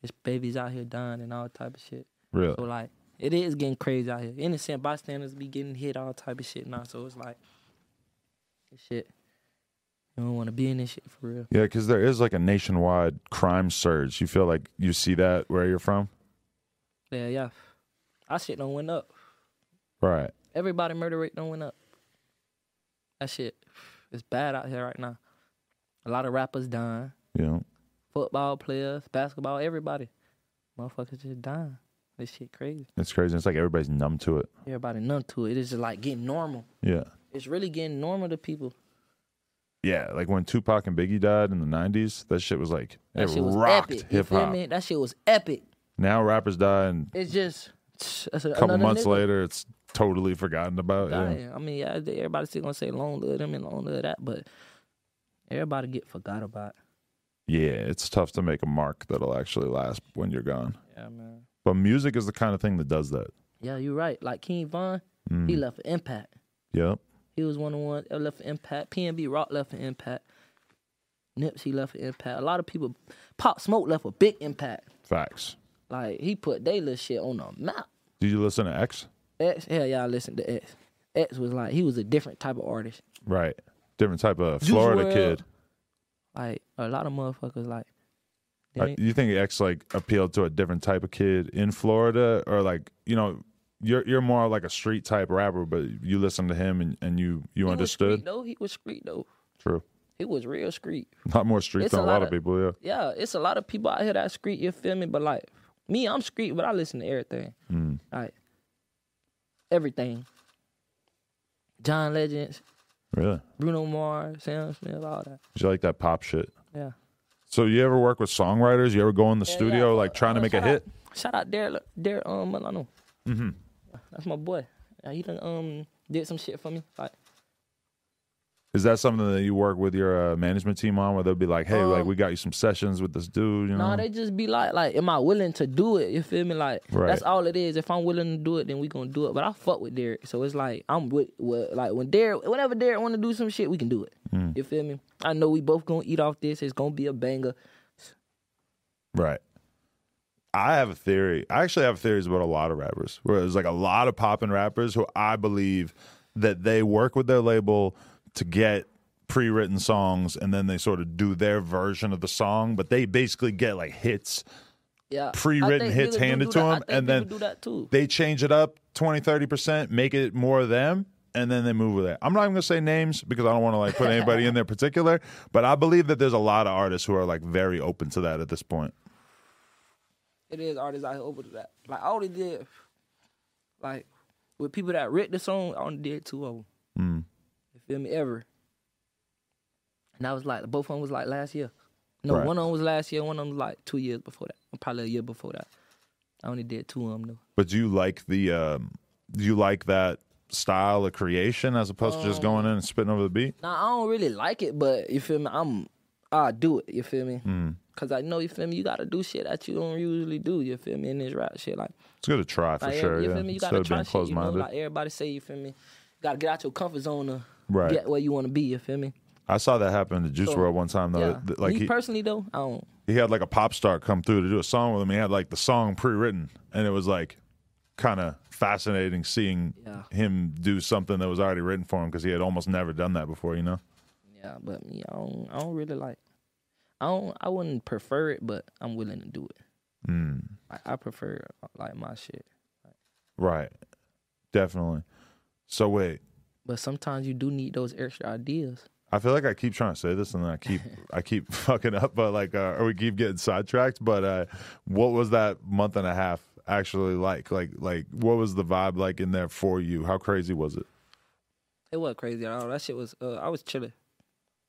Speaker 2: There's babies out here dying and all type of shit.
Speaker 1: really,
Speaker 2: So, like, it is getting crazy out here. Innocent bystanders be getting hit, all type of shit now. So, it's like, this shit. You don't want to be in this shit for real.
Speaker 1: yeah, because there is like a nationwide crime surge. You feel like you see that where you're from,
Speaker 2: Yeah, yeah. Our shit done went up.
Speaker 1: right?
Speaker 2: Everybody murder rate done went up. That shit is bad out here right now. A lot of rappers dying.
Speaker 1: You know,
Speaker 2: Football players, basketball, everybody. Motherfuckers just dying. This shit crazy.
Speaker 1: it's crazy. It's like everybody's numb to it.
Speaker 2: Everybody numb to it. It's just like getting normal.
Speaker 1: Yeah,
Speaker 2: It's really getting normal to people.
Speaker 1: yeah. Like when Tupac and Biggie died in the '90s, that shit was like
Speaker 2: That
Speaker 1: it
Speaker 2: shit was
Speaker 1: rocked
Speaker 2: epic. You
Speaker 1: hip
Speaker 2: feel
Speaker 1: hop.
Speaker 2: me? That shit was epic.
Speaker 1: Now rappers die, and
Speaker 2: It's just that's
Speaker 1: a couple
Speaker 2: another
Speaker 1: months
Speaker 2: nigga
Speaker 1: later, it's totally forgotten about. Yeah.
Speaker 2: dying. I mean, yeah, they- everybody still gonna say long live them and long live that, but everybody get forgot about.
Speaker 1: yeah, it's tough to make a mark that'll actually last when you're gone.
Speaker 2: Yeah, man.
Speaker 1: But music is the kind of thing that does that. Mm.
Speaker 2: Yeah, you're right. Like King Von, he left an impact.
Speaker 1: Yep.
Speaker 2: He was one of one that left an impact. PNB Rock left an impact. Nipsey left an impact. A lot of people, Pop Smoke left a big impact.
Speaker 1: Facts.
Speaker 2: Like he put they little shit on the map.
Speaker 1: Did you listen to X?
Speaker 2: X, hell yeah, I listened to X. X was like he was a different type of artist.
Speaker 1: Right. Different type of Florida
Speaker 2: Juice
Speaker 1: kid.
Speaker 2: Like a lot of motherfuckers like. they
Speaker 1: Uh,
Speaker 2: ain't-
Speaker 1: You think X like appealed to a different type of kid in Florida, or like you know, you're you're more like a street type rapper, but you listen to him and, and you you
Speaker 2: he was street
Speaker 1: understood.
Speaker 2: though he was street though.
Speaker 1: True.
Speaker 2: He was real street.
Speaker 1: A lot more street
Speaker 2: It's
Speaker 1: than
Speaker 2: a
Speaker 1: a lot
Speaker 2: lot
Speaker 1: of
Speaker 2: of-
Speaker 1: people. Yeah.
Speaker 2: yeah, it's a lot of people out here that street, you feel me? But like me, I'm street, but I listen to everything.
Speaker 1: Mm.
Speaker 2: Like everything. John Legends,
Speaker 1: Really.
Speaker 2: Bruno Mars, Sam Smith, all that.
Speaker 1: Did you like that pop shit?
Speaker 2: Yeah.
Speaker 1: So you ever work with songwriters? You ever go in the studio like trying to make a
Speaker 2: shout
Speaker 1: hit?
Speaker 2: Out, shout out Derek Derek um Milano. Mm-hmm. That's my boy. Yeah, he done um did some shit for me. Like
Speaker 1: Is that something that you work with your uh, management team on, where they'll be like, "Hey, like we got you some sessions with this dude," you know?
Speaker 2: No, Um, they just be like, like, am I willing to do it? You feel me? Like,
Speaker 1: Right.
Speaker 2: that's all it is. If I'm willing to do it, then we gonna do it. But I fuck with Derek, so it's like I'm with, with like when Derek, whenever Derek want to do some shit, we can do it.
Speaker 1: Mm.
Speaker 2: You feel me? I know we both gonna eat off this. It's gonna be a banger.
Speaker 1: Right. I have a theory. I actually have theories about a lot of rappers. Where there's like a lot of poppin' rappers who I believe that they work with their label to get pre-written songs and then they sort of do their version of the song, but they basically get like hits.
Speaker 2: Yeah, I
Speaker 1: Pre-written
Speaker 2: think
Speaker 1: hits
Speaker 2: niggas do
Speaker 1: handed
Speaker 2: do
Speaker 1: to
Speaker 2: that. I
Speaker 1: 'em,
Speaker 2: think
Speaker 1: and then
Speaker 2: people do that too.
Speaker 1: They change it up 20, 30%, make it more of them, and then they move with it. I'm not even gonna say names because I don't want to like put anybody in there particular, but I believe that there's a lot of artists who are like very open to that at this point.
Speaker 2: it is artists out here over to that. Like I only did, like with people that writ the song, I only did two of them. You feel me? Ever. And I was like, both of them was like last year. No,
Speaker 1: Right.
Speaker 2: one of them was last year. One of them was like two years before that, or probably a year before that. I only did two of them though.
Speaker 1: But do you like the um, do you like that style
Speaker 2: Um,
Speaker 1: of creation as opposed to just going in and spitting over the beat?
Speaker 2: Now I don't really like it, but you feel me? I'm I do it. You feel me? Cause I know you feel me. You gotta do shit that you don't usually do. You feel me? In this rap shit, like
Speaker 1: It's good to try for
Speaker 2: like,
Speaker 1: sure.
Speaker 2: You
Speaker 1: yeah.
Speaker 2: feel me? You
Speaker 1: Instead
Speaker 2: gotta
Speaker 1: of
Speaker 2: try
Speaker 1: being
Speaker 2: shit.
Speaker 1: closed
Speaker 2: You know,
Speaker 1: minded.
Speaker 2: like everybody say, you feel me? Gotta get out your comfort zone to
Speaker 1: Right.
Speaker 2: get where you want to be. You feel me?
Speaker 1: I saw that happen to Juice
Speaker 2: So,
Speaker 1: World one time though.
Speaker 2: yeah.
Speaker 1: Th- Like
Speaker 2: me
Speaker 1: he,
Speaker 2: personally though, I don't.
Speaker 1: he had like a pop star come through to do a song with him. He had like the song pre written, and it was like kind of fascinating seeing
Speaker 2: Yeah.
Speaker 1: him do something that was already written for him because he had almost never done that before. You know?
Speaker 2: Yeah, but me, I don't. I don't really like. I don't. I wouldn't prefer it, but I'm willing to do it.
Speaker 1: Mm.
Speaker 2: Like, I prefer like my shit.
Speaker 1: Right. Definitely. So wait,
Speaker 2: But sometimes you do need those extra ideas.
Speaker 1: I feel like I keep trying to say this and then I keep I keep fucking up, but like, uh, or we keep getting sidetracked. But uh, what was that month and a half actually like? Like, like, what was the vibe like in there for you? How crazy was it?
Speaker 2: It was crazy at all. That shit was. Uh, I was chilling.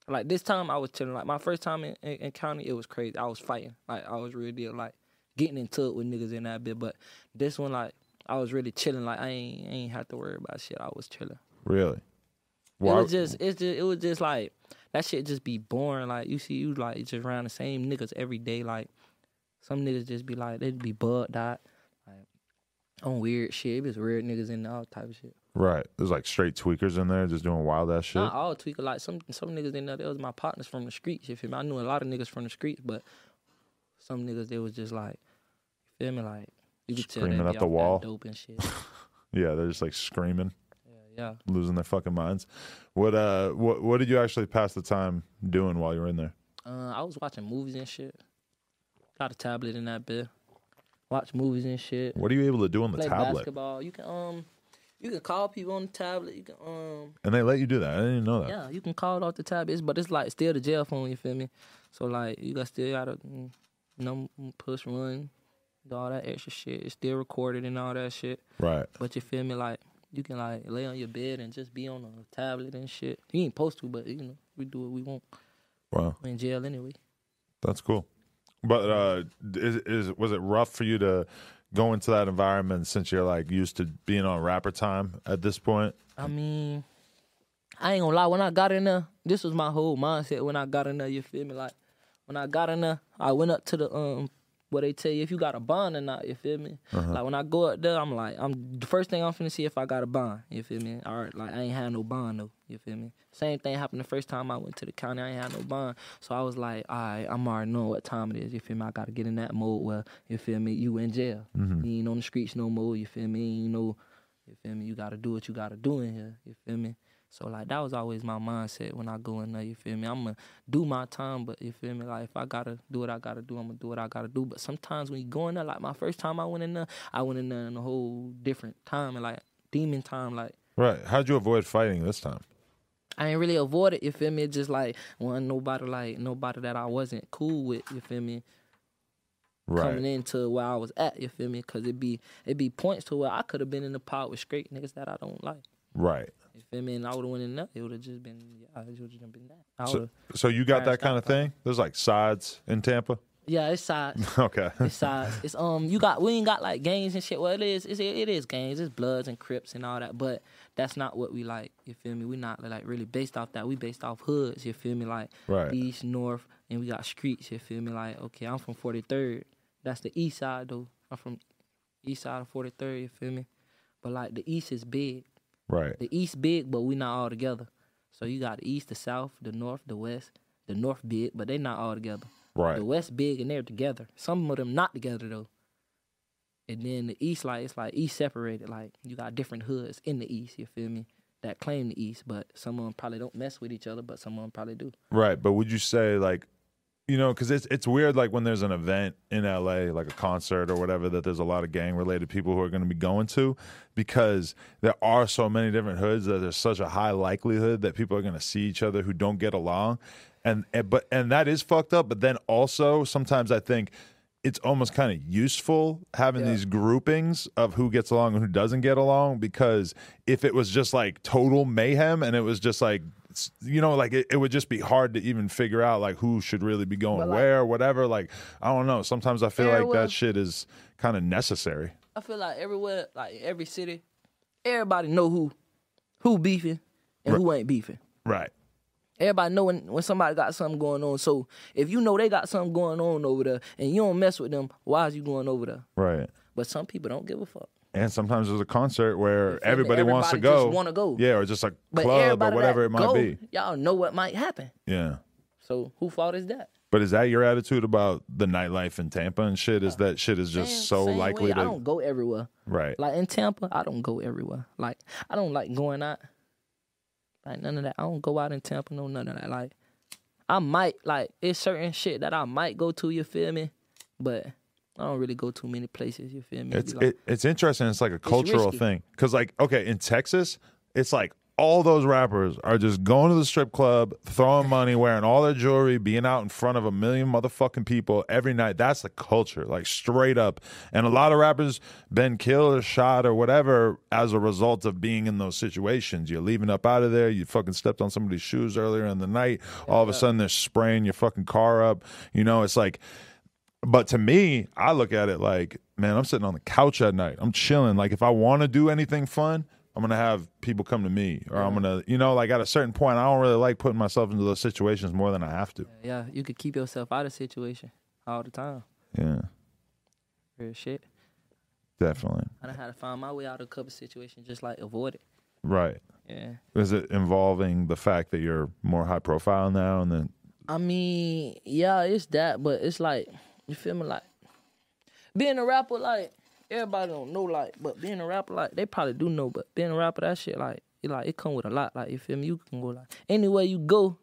Speaker 2: Like this time, I was chilling. Like my first time in, in, in county, it was crazy. I was fighting. Like I was real deal. Like getting into it with niggas in that bit. But this one, like I was really chilling. Like I ain't I ain't have to worry about shit. I was chilling.
Speaker 1: Really?
Speaker 2: It was just. It's just. It was just like that shit. Just be boring. Like you see, you like just around the same niggas every day. Like some niggas just be like they'd be bugged out. Like on weird shit. It was weird niggas in all type of shit.
Speaker 1: right. There's like straight tweakers in there just doing wild ass shit.
Speaker 2: Not all tweaker. Like some some niggas in there, they was my partners from the streets. You feel me? I knew a lot of niggas from the streets, but some niggas they was just like, you feel me? Like you could tell
Speaker 1: Screaming
Speaker 2: that
Speaker 1: at
Speaker 2: they
Speaker 1: the
Speaker 2: off that
Speaker 1: wall.
Speaker 2: dope and shit.
Speaker 1: Yeah, they're just like screaming,
Speaker 2: yeah.
Speaker 1: losing their fucking minds. What uh, what what did you actually pass the time doing while you were in there?
Speaker 2: Uh, I was watching movies and shit. Got a tablet in that bit. Watch movies and shit.
Speaker 1: What are you able to do on the
Speaker 2: Play
Speaker 1: tablet?
Speaker 2: basketball. You can um, you can call people on the tablet. You can um,
Speaker 1: And they let you do that. I didn't even know that.
Speaker 2: yeah, you can call it off the tablet. It's, but it's like still the jail phone. You feel me? So like you got still gotta mm, you know push run, do all that extra shit. It's still recorded and all that shit.
Speaker 1: Right.
Speaker 2: But you feel me? Like you can like lay on your bed and just be on a tablet and shit. You ain't supposed to, but you know we do what we want.
Speaker 1: Wow.
Speaker 2: We in jail anyway.
Speaker 1: That's cool. But uh, is, is was it rough for you to go into that environment since you're like used to being on rapper time at this point?
Speaker 2: I mean, I ain't gonna lie. When I got in there, this was my whole mindset. When I got in there, you feel me? Like when I got in there, I went up to the um where they tell you if you got a bond or not. You feel me? Like when I go up there, I'm like, I'm the first thing I'm finna see if I got a bond. You feel me? All right, like I ain't had no bond though. You feel me? Same thing happened the first time I went to the county. I ain't had no bond, so I was like, all right, I'm already knowing what time it is. You feel me? I gotta get in that mode where you feel me? You in jail. You ain't on the streets no more. You feel me? You know. You feel me? You gotta do what you gotta do in here. You feel me? So like that was always my mindset when I go in there. You feel me? I'ma do my time, but you feel me? Like if I gotta do what I gotta do, I'ma do what I gotta do. But sometimes when you go in there, like my first time I went in there, I went in there in a whole different time and like demon time. Like
Speaker 1: Right. How'd you avoid fighting this time?
Speaker 2: I ain't really avoid it. You feel me? It just like wasn't nobody like nobody that I wasn't cool with. You feel me? coming
Speaker 1: Right.
Speaker 2: into where I was at. You feel me? Cause it be it be points to where I could have been in the pot with straight niggas that I don't like.
Speaker 1: Right.
Speaker 2: You feel me? And I would have went in there. It would have just been, yeah, it would have been that. I
Speaker 1: So,
Speaker 2: would've-
Speaker 1: so you got that
Speaker 2: crashed
Speaker 1: kind of
Speaker 2: out.
Speaker 1: thing? There's like sides in Tampa.
Speaker 2: yeah, it's sides.
Speaker 1: Okay.
Speaker 2: It's sides. It's um, you got we ain't got like gangs and shit. Well, it is, it's, it is gangs. It's Bloods and Crips and all that. But that's not what we like. You feel me? We not like really based off that. We based off hoods. You feel me? Like
Speaker 1: Right.
Speaker 2: East, North, and we got streets. You feel me? Like okay, I'm from 43rd. That's the East side though. I'm from East side of 43rd. You feel me? But like the East is big.
Speaker 1: Right.
Speaker 2: The East big, but we not all together. So you got the East, the South, the North, the West. The North big, but they not all together.
Speaker 1: Right.
Speaker 2: The West big and they're together. Some of them not together though. And then the East, like it's like East separated. Like you got different hoods in the East. You feel me? That claim the East, but some of them probably don't mess with each other, but some of them probably do.
Speaker 1: Right, but would you say like, you know, because it's it's weird like when there's an event in LA, like a concert or whatever, that there's a lot of gang related people who are going to be going to, because there are so many different hoods that there's such a high likelihood that people are going to see each other who don't get along, and, and but and that is fucked up. But then also sometimes I think. It's almost kind of useful having these groupings of who gets along and who doesn't get along because if it was just like total mayhem and it was just like s- you know, like it, it would just be hard to even figure out like who should really be going where, whatever. Like I don't know. Sometimes I feel like
Speaker 2: Farewell.
Speaker 1: that shit is kind of necessary.
Speaker 2: I feel like everywhere, like every city, everybody know who who beefing and who ain't beefing.
Speaker 1: Right.
Speaker 2: Everybody know when, when somebody got something going on. So if you know they got something going on over there and you don't mess with them, why is you going over there?
Speaker 1: Right.
Speaker 2: But some people don't give a fuck.
Speaker 1: And sometimes there's a concert
Speaker 2: You
Speaker 1: where
Speaker 2: feel me?
Speaker 1: everybody, wants to
Speaker 2: Everybody
Speaker 1: go.
Speaker 2: just wanna go.
Speaker 1: Yeah, or just a
Speaker 2: But
Speaker 1: club or
Speaker 2: everybody
Speaker 1: whatever
Speaker 2: that
Speaker 1: it might
Speaker 2: go,
Speaker 1: be.
Speaker 2: Y'all know what might happen.
Speaker 1: Yeah.
Speaker 2: So who fault is that?
Speaker 1: But is that your attitude about the nightlife in Tampa and shit? Is that shit is just so
Speaker 2: Oh, Same- same
Speaker 1: likely
Speaker 2: way.
Speaker 1: to
Speaker 2: I don't go everywhere.
Speaker 1: right?
Speaker 2: Like in Tampa, I don't go everywhere. Like I don't like going out. Like none of that. I don't go out in Tampa. No, none of that. Like I might like it's certain shit that I might go to. You feel me? But I don't really go too many places. You feel me?
Speaker 1: It's
Speaker 2: Be like,
Speaker 1: it, it's interesting. It's like a cultural
Speaker 2: risky.
Speaker 1: thing because, like, okay, in Texas, it's like all those rappers are just going to the strip club, throwing money, wearing all their jewelry, being out in front of a million motherfucking people every night. That's the culture, like straight up. And a lot of rappers been killed or shot or whatever as a result of being in those situations. You're leaving up out of there. You fucking stepped on somebody's shoes earlier in the night. All of a sudden, they're spraying your fucking car up. You know, it's like. But to me, I look at it like, man, I'm sitting on the couch at night. I'm chilling. Like if I want to do anything fun, I'm gonna have people come to me, or I'm gonna, you know, like at a certain point, I don't really like putting myself into those situations more than I have to.
Speaker 2: yeah, you could keep yourself out of situation all the time.
Speaker 1: Yeah,
Speaker 2: Real shit.
Speaker 1: definitely.
Speaker 2: I done had to find my way out of a couple situations. Just like avoid it.
Speaker 1: Right.
Speaker 2: Yeah.
Speaker 1: Is it involving the fact that you're more high profile now, and then
Speaker 2: I mean, yeah, it's that, but it's like, you feel me? Like, being a rapper, like, everybody don't know, like, but being a rapper, like, they probably do know, but being a rapper, that shit, like, it, like, it come with a lot. Like, you feel me? You can go, like, anywhere you go,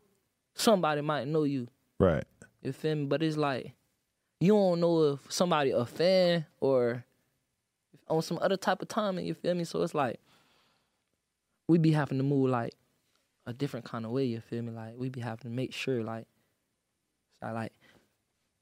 Speaker 2: somebody might know you.
Speaker 1: right?
Speaker 2: You feel me? But it's like, you don't know if somebody a fan or on some other type of timing, you feel me? So it's like, we be having to move, like, a different kind of way. You feel me? Like we be having to make sure, like, I like,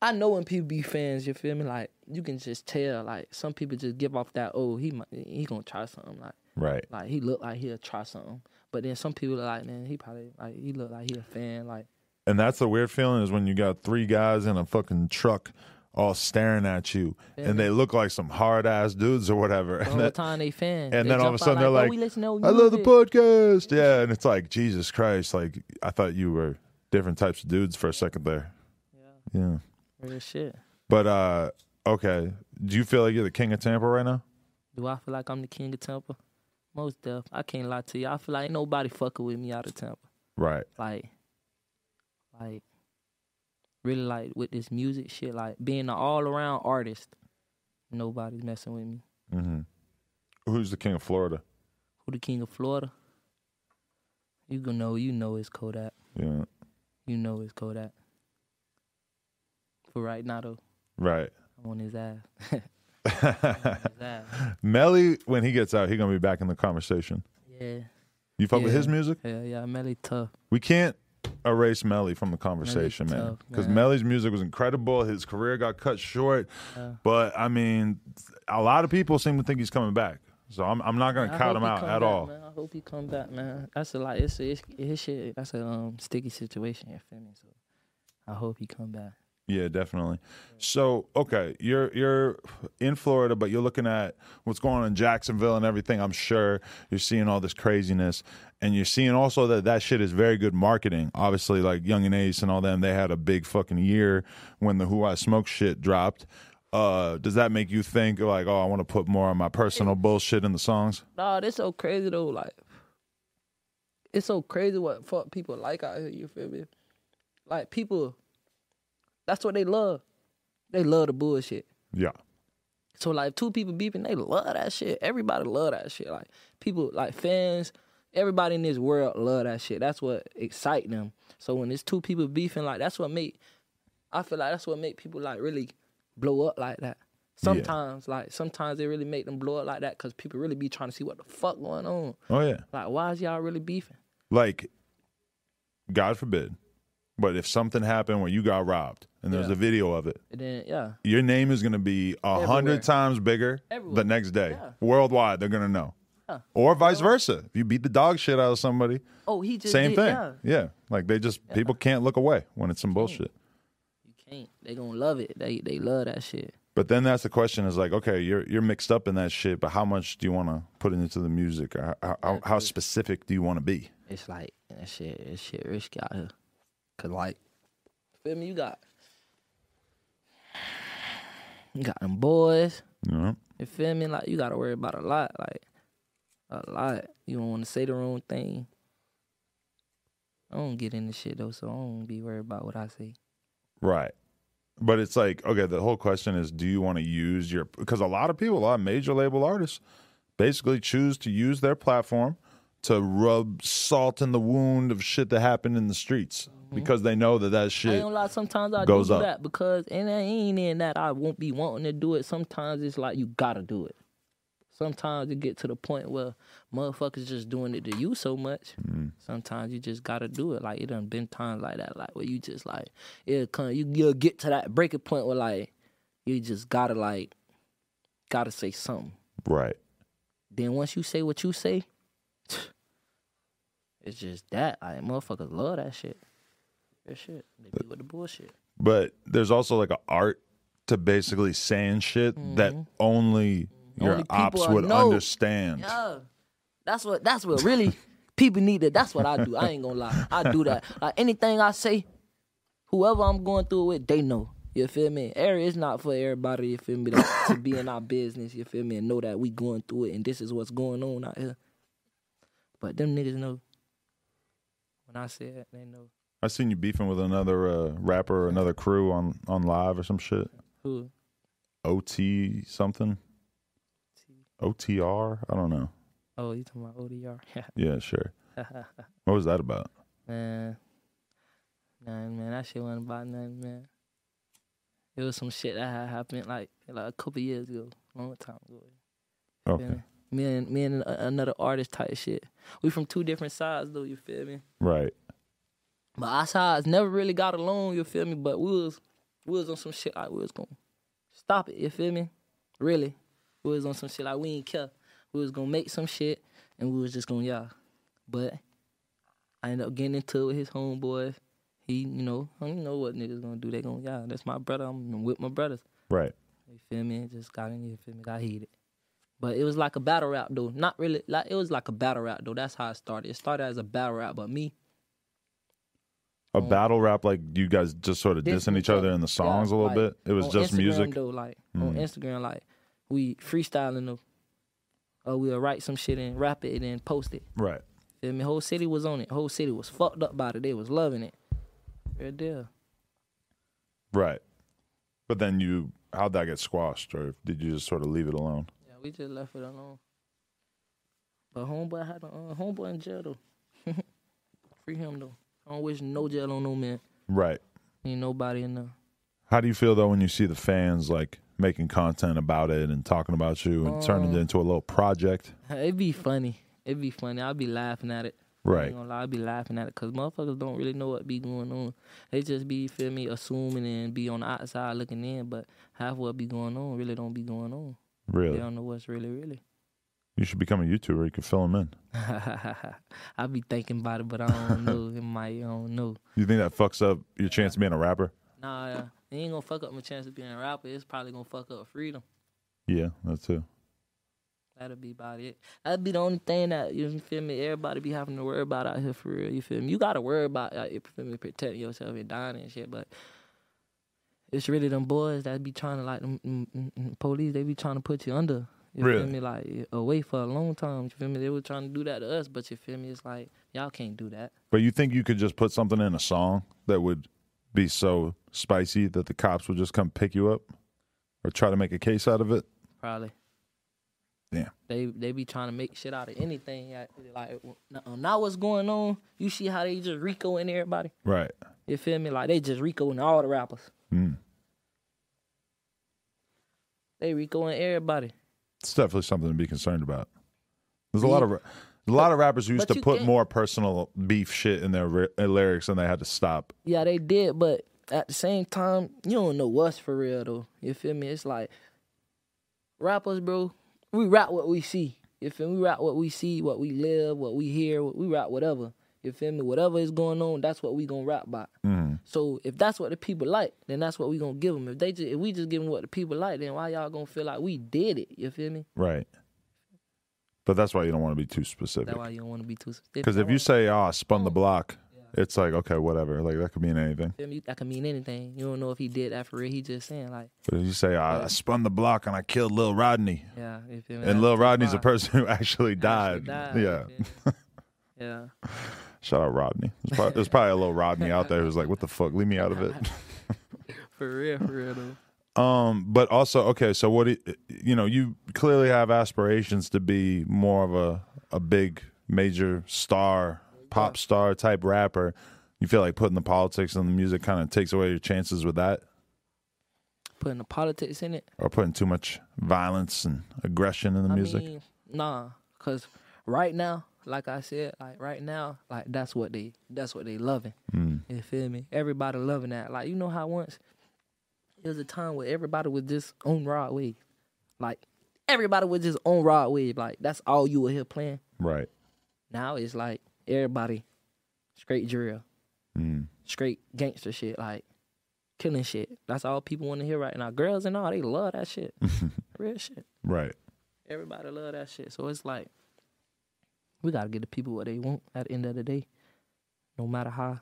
Speaker 2: I know when people be fans. You feel me? Like you can just tell. Like some people just give off that. Oh, he might, he gonna try something. Like
Speaker 1: Right.
Speaker 2: like he look like he'll try something. But then some people are like, man, he probably like he look like he a fan. Like
Speaker 1: And that's the weird feeling is when you got three guys in a fucking truck all staring at you, and they look like some hard ass dudes or whatever.
Speaker 2: all
Speaker 1: and
Speaker 2: the
Speaker 1: that-
Speaker 2: time they
Speaker 1: and
Speaker 2: fan. They
Speaker 1: then all of a
Speaker 2: jump out
Speaker 1: sudden they're
Speaker 2: "Oh,
Speaker 1: like,
Speaker 2: we listen to your
Speaker 1: I love the
Speaker 2: music."
Speaker 1: podcast. Yeah, and it's like, Jesus Christ, like I thought you were different types of dudes for a second there. Yeah.
Speaker 2: Real shit.
Speaker 1: But uh okay. Do you feel like you're the king of Tampa right now?
Speaker 2: Do I feel like I'm the king of Tampa? Most def. I can't lie to you. I feel like ain't nobody fucking with me out of Tampa.
Speaker 1: Right.
Speaker 2: like like really like with this music shit like being an all-around artist nobody's messing with me
Speaker 1: hmm Who's the king of Florida?
Speaker 2: who the king of florida you gonna know you know it's kodak
Speaker 1: Yeah.
Speaker 2: you know it's kodak for right now though
Speaker 1: Right.
Speaker 2: i'm on his ass, His ass.
Speaker 1: Melly, when he gets out, he gonna be back in the conversation.
Speaker 2: yeah
Speaker 1: You fuck with
Speaker 2: Yeah.
Speaker 1: his music?
Speaker 2: yeah yeah melly tough
Speaker 1: We can't erase Melly from the conversation, man.
Speaker 2: tough,
Speaker 1: Because
Speaker 2: man.
Speaker 1: Melly's music was incredible. His career got cut short.
Speaker 2: Yeah.
Speaker 1: But I mean, a lot of people seem to think he's coming back. So I'm, I'm not going to
Speaker 2: I
Speaker 1: count
Speaker 2: hope
Speaker 1: him
Speaker 2: he
Speaker 1: out
Speaker 2: come
Speaker 1: at
Speaker 2: back,
Speaker 1: all.
Speaker 2: man. i hope he come back man that's a like it's, a, it's his shit that's a um sticky situation you feel me so i hope he come back
Speaker 1: Yeah, definitely. So okay, you're you're in Florida, but you're looking at what's going on in Jacksonville and everything. I'm sure you're seeing all this craziness, and you're seeing also that that shit is very good marketing. Obviously, like Young and Ace and all them, they had a big fucking year when the Who I Smoke shit dropped. Uh, does that make you think like, oh, I want to put more of my personal bullshit in the songs?
Speaker 2: Nah, that's so crazy though. Like, it's so crazy what fuck people like out here. You feel me? Like people, that's what they love. They love the bullshit.
Speaker 1: Yeah,
Speaker 2: So like, two people beeping, they love that shit. Everybody love that shit. Like people, like fans, everybody in this world love that shit. That's what excite them. So when it's two people beefing, like that's what make. I feel like that's what make people like really blow up like that. Sometimes, like sometimes they really make them blow up like that because people really be trying to see what the fuck going on.
Speaker 1: oh yeah.
Speaker 2: Like, why is y'all really beefing?
Speaker 1: like god forbid but if something happened where you got robbed and there's
Speaker 2: Yeah.
Speaker 1: a video of it
Speaker 2: And then, yeah,
Speaker 1: your name is going to be a
Speaker 2: Everywhere.
Speaker 1: hundred times bigger the
Speaker 2: Everywhere.
Speaker 1: next day
Speaker 2: Yeah.
Speaker 1: worldwide they're going to know or vice versa if you beat the dog shit out of somebody
Speaker 2: oh, he just
Speaker 1: same
Speaker 2: did-
Speaker 1: thing
Speaker 2: Yeah.
Speaker 1: yeah. like they just people can't look away when it's some bullshit
Speaker 2: You can't. They gonna love it. They they love that shit.
Speaker 1: But then that's the question is like, okay, you're you're mixed up in that shit, but how much do you want to put into the music? Or how, how, how specific do you want to be?
Speaker 2: It's like that shit. That shit risky out here. Cause like, feel me? You got you got them boys.
Speaker 1: You know?
Speaker 2: You feel me? Like you gotta worry about a lot, like a lot. You don't want to say the wrong thing. I don't get into shit though, so I don't be worried about what I say.
Speaker 1: Right. But it's like, okay, the whole question is do you want to use your because a lot of people, a lot of major label artists basically choose to use their platform to rub salt in the wound of shit that happened in the streets because they know that that
Speaker 2: I Mm-hmm. ain't
Speaker 1: shit
Speaker 2: gonna lie, sometimes I
Speaker 1: goes
Speaker 2: do
Speaker 1: up.
Speaker 2: that because and I ain't in that I won't be wanting to do it. Sometimes it's like you gotta do it. Sometimes it get to the point where motherfuckers just doing it to you so much.
Speaker 1: Mm-hmm.
Speaker 2: Sometimes you just gotta do it. Like it done been times like that, like where you just like it'll come you you'll get to that breaking point where like you just gotta like gotta say something.
Speaker 1: right.
Speaker 2: Then once you say what you say, it's just that. Like motherfuckers love that shit. That shit. They be with the bullshit.
Speaker 1: But there's also like an art to basically saying shit that only your
Speaker 2: Mm-hmm. Only people
Speaker 1: ops
Speaker 2: I
Speaker 1: would
Speaker 2: know.
Speaker 1: understand.
Speaker 2: Yeah. That's what that's what really people need to that's what I do. I ain't gonna lie. I do that. Like anything I say, whoever I'm going through it with, they know. You feel me? Air is not for everybody, you feel me, to, to be in our business, you feel me, and know that we going through it and this is what's going on out here. But them niggas know. When I say it, they know.
Speaker 1: I seen you beefing with another uh, rapper, another crew on on live or some shit.
Speaker 2: Who?
Speaker 1: OT something. OTR, I don't know.
Speaker 2: Oh, you talking about ODR.
Speaker 1: Yeah, sure. what was that about?
Speaker 2: Man. Nah, man, that shit wasn't about nothing, man. It was some shit that had happened like like a couple years ago, long time ago.
Speaker 1: Okay.
Speaker 2: Yeah. Me and me and a- another artist type shit. We from two different sides though, you feel me?
Speaker 1: Right.
Speaker 2: But our sides never really got along, you feel me? But we was we was on some shit like we was gonna stop it, you feel me? Really. We was on some shit like we ain't care. We was gonna make some shit and we was just gonna y'all. But I ended up getting into it with his homeboy. He, you know, I don't know what niggas gonna do. They gonna y'all. That's my brother. I'm with my brothers.
Speaker 1: Right.
Speaker 2: You feel me? Just got in here, feel me? Got heated. But it was like a battle rap though. Not really like it was like a battle rap though. That's how it started. It started as a battle rap, but me
Speaker 1: A battle rap like you guys just sort of
Speaker 2: Dissing
Speaker 1: dissing each other in the songs a
Speaker 2: yeah,
Speaker 1: little
Speaker 2: like,
Speaker 1: bit. It was
Speaker 2: on
Speaker 1: just
Speaker 2: Instagram,
Speaker 1: music. Hmm.
Speaker 2: Though, like on Instagram, like we freestyling them. Uh, we'll write some shit and rap it and then post it.
Speaker 1: Right.
Speaker 2: Feel me? Whole city was on it. Whole city was fucked up by it. They was loving it. Real deal.
Speaker 1: Right. But then you how'd that get squashed or did you just sort of leave it alone?
Speaker 2: Yeah, we just left it alone. But homeboy had a uh, homeboy in jail though. Free him though. I don't wish no jail on no man.
Speaker 1: Right.
Speaker 2: Ain't nobody in there.
Speaker 1: How do you feel though when you see the fans like making content about it and talking about you and turning
Speaker 2: Oh.
Speaker 1: it into a little project?
Speaker 2: It'd be funny. It'd be funny. I'd be laughing at it. I
Speaker 1: Right.
Speaker 2: ain't gonna lie, I'd be laughing at it because motherfuckers don't really know what be going on. They just be, feel me, assuming and be on the outside looking in, but half what be going on really don't be going on.
Speaker 1: Really.
Speaker 2: They don't know what's really, really.
Speaker 1: You should become a YouTuber. You could fill them in.
Speaker 2: I be thinking about it, but I don't know. It might, I don't know.
Speaker 1: You think that fucks up your chance of being a rapper?
Speaker 2: Nah, it ain't gonna fuck up my chance of being a rapper. It's probably gonna fuck up freedom.
Speaker 1: Yeah, that too.
Speaker 2: That'll be about it. That'd be the only thing that you feel me. Everybody be having to worry about out here for real. You feel me? You gotta worry about like, you feel me protecting yourself and dying and shit. But it's really them boys that be trying to like them mm, mm, mm, police. They be trying to put you under. You
Speaker 1: Really?
Speaker 2: feel me? Like away for a long time. You feel me? They were trying to do that to us, but you feel me? It's like y'all can't do that.
Speaker 1: But you think you could just put something in a song that would be so spicy that the cops would just come pick you up or try to make a case out of it?
Speaker 2: Probably.
Speaker 1: Damn.
Speaker 2: They they be trying to make shit out of anything. Like, like now- now what's going on? You see how they just Rico and everybody.
Speaker 1: Right.
Speaker 2: You feel me? Like they just Rico and all the rappers.
Speaker 1: Mm.
Speaker 2: They Rico and everybody.
Speaker 1: It's definitely something to be concerned about. There's a lot of ra- a lot of rappers who used
Speaker 2: but
Speaker 1: to
Speaker 2: you
Speaker 1: put
Speaker 2: can't-
Speaker 1: more personal beef shit in their ri- uh, lyrics and they had to stop.
Speaker 2: Yeah, they did, but at the same time, you don't know what's for real though. You feel me? It's like rappers, bro. We rap what we see. You feel me? We rap what we see, what we live, what we hear. What we rap whatever. You feel me? Whatever is going on, that's what we gonna rap by.
Speaker 1: Mm-hmm.
Speaker 2: So if that's what the people like, then that's what we gonna give them. If they just, if we just give them what the people like, then why y'all gonna feel like we did it? You feel me?
Speaker 1: Right. But that's why you don't want to be too specific.
Speaker 2: That's why you don't want to be too.
Speaker 1: Because if you say, "Oh, I spun the block," it's like, okay, whatever. Like that could mean anything.
Speaker 2: feel me, that can mean anything. You don't know if he did that for real. He just saying like,
Speaker 1: But if you say, "I, I spun the block and I killed Lil Rodney,"
Speaker 2: yeah, you feel me?
Speaker 1: and Lil Rodney's the
Speaker 2: person.
Speaker 1: person who actually died.
Speaker 2: died,
Speaker 1: yeah.
Speaker 2: Yeah.
Speaker 1: Shout out Rodney. There's probably, there's probably a little Rodney out there who's like, "What the fuck? Leave me out of it."
Speaker 2: For real, for real though.
Speaker 1: Um, but also, okay, so what do you, you know, you clearly have aspirations to be more of a a big major star, pop star type rapper. You feel like putting the politics and the music kind of takes away your chances with that,
Speaker 2: Putting the politics in it.
Speaker 1: or putting too much violence and aggression in the
Speaker 2: I
Speaker 1: music.
Speaker 2: mean, nah, cause right now, like I said, like right now, like that's what they that's what they loving. You feel me? Everybody loving that. Like you know how once it was a time where everybody was just on Rod Wave. Like everybody was just on Rod Wave. Like that's all you were here playing.
Speaker 1: Mm, right.
Speaker 2: Now it's like everybody straight drill,
Speaker 1: Mm.
Speaker 2: straight gangster shit, like killing shit. That's all people want to hear right now. Girls and all, they love that shit. Real shit.
Speaker 1: Right.
Speaker 2: Everybody love that shit. So it's like we gotta get the people what they want at the end of the day. No matter how.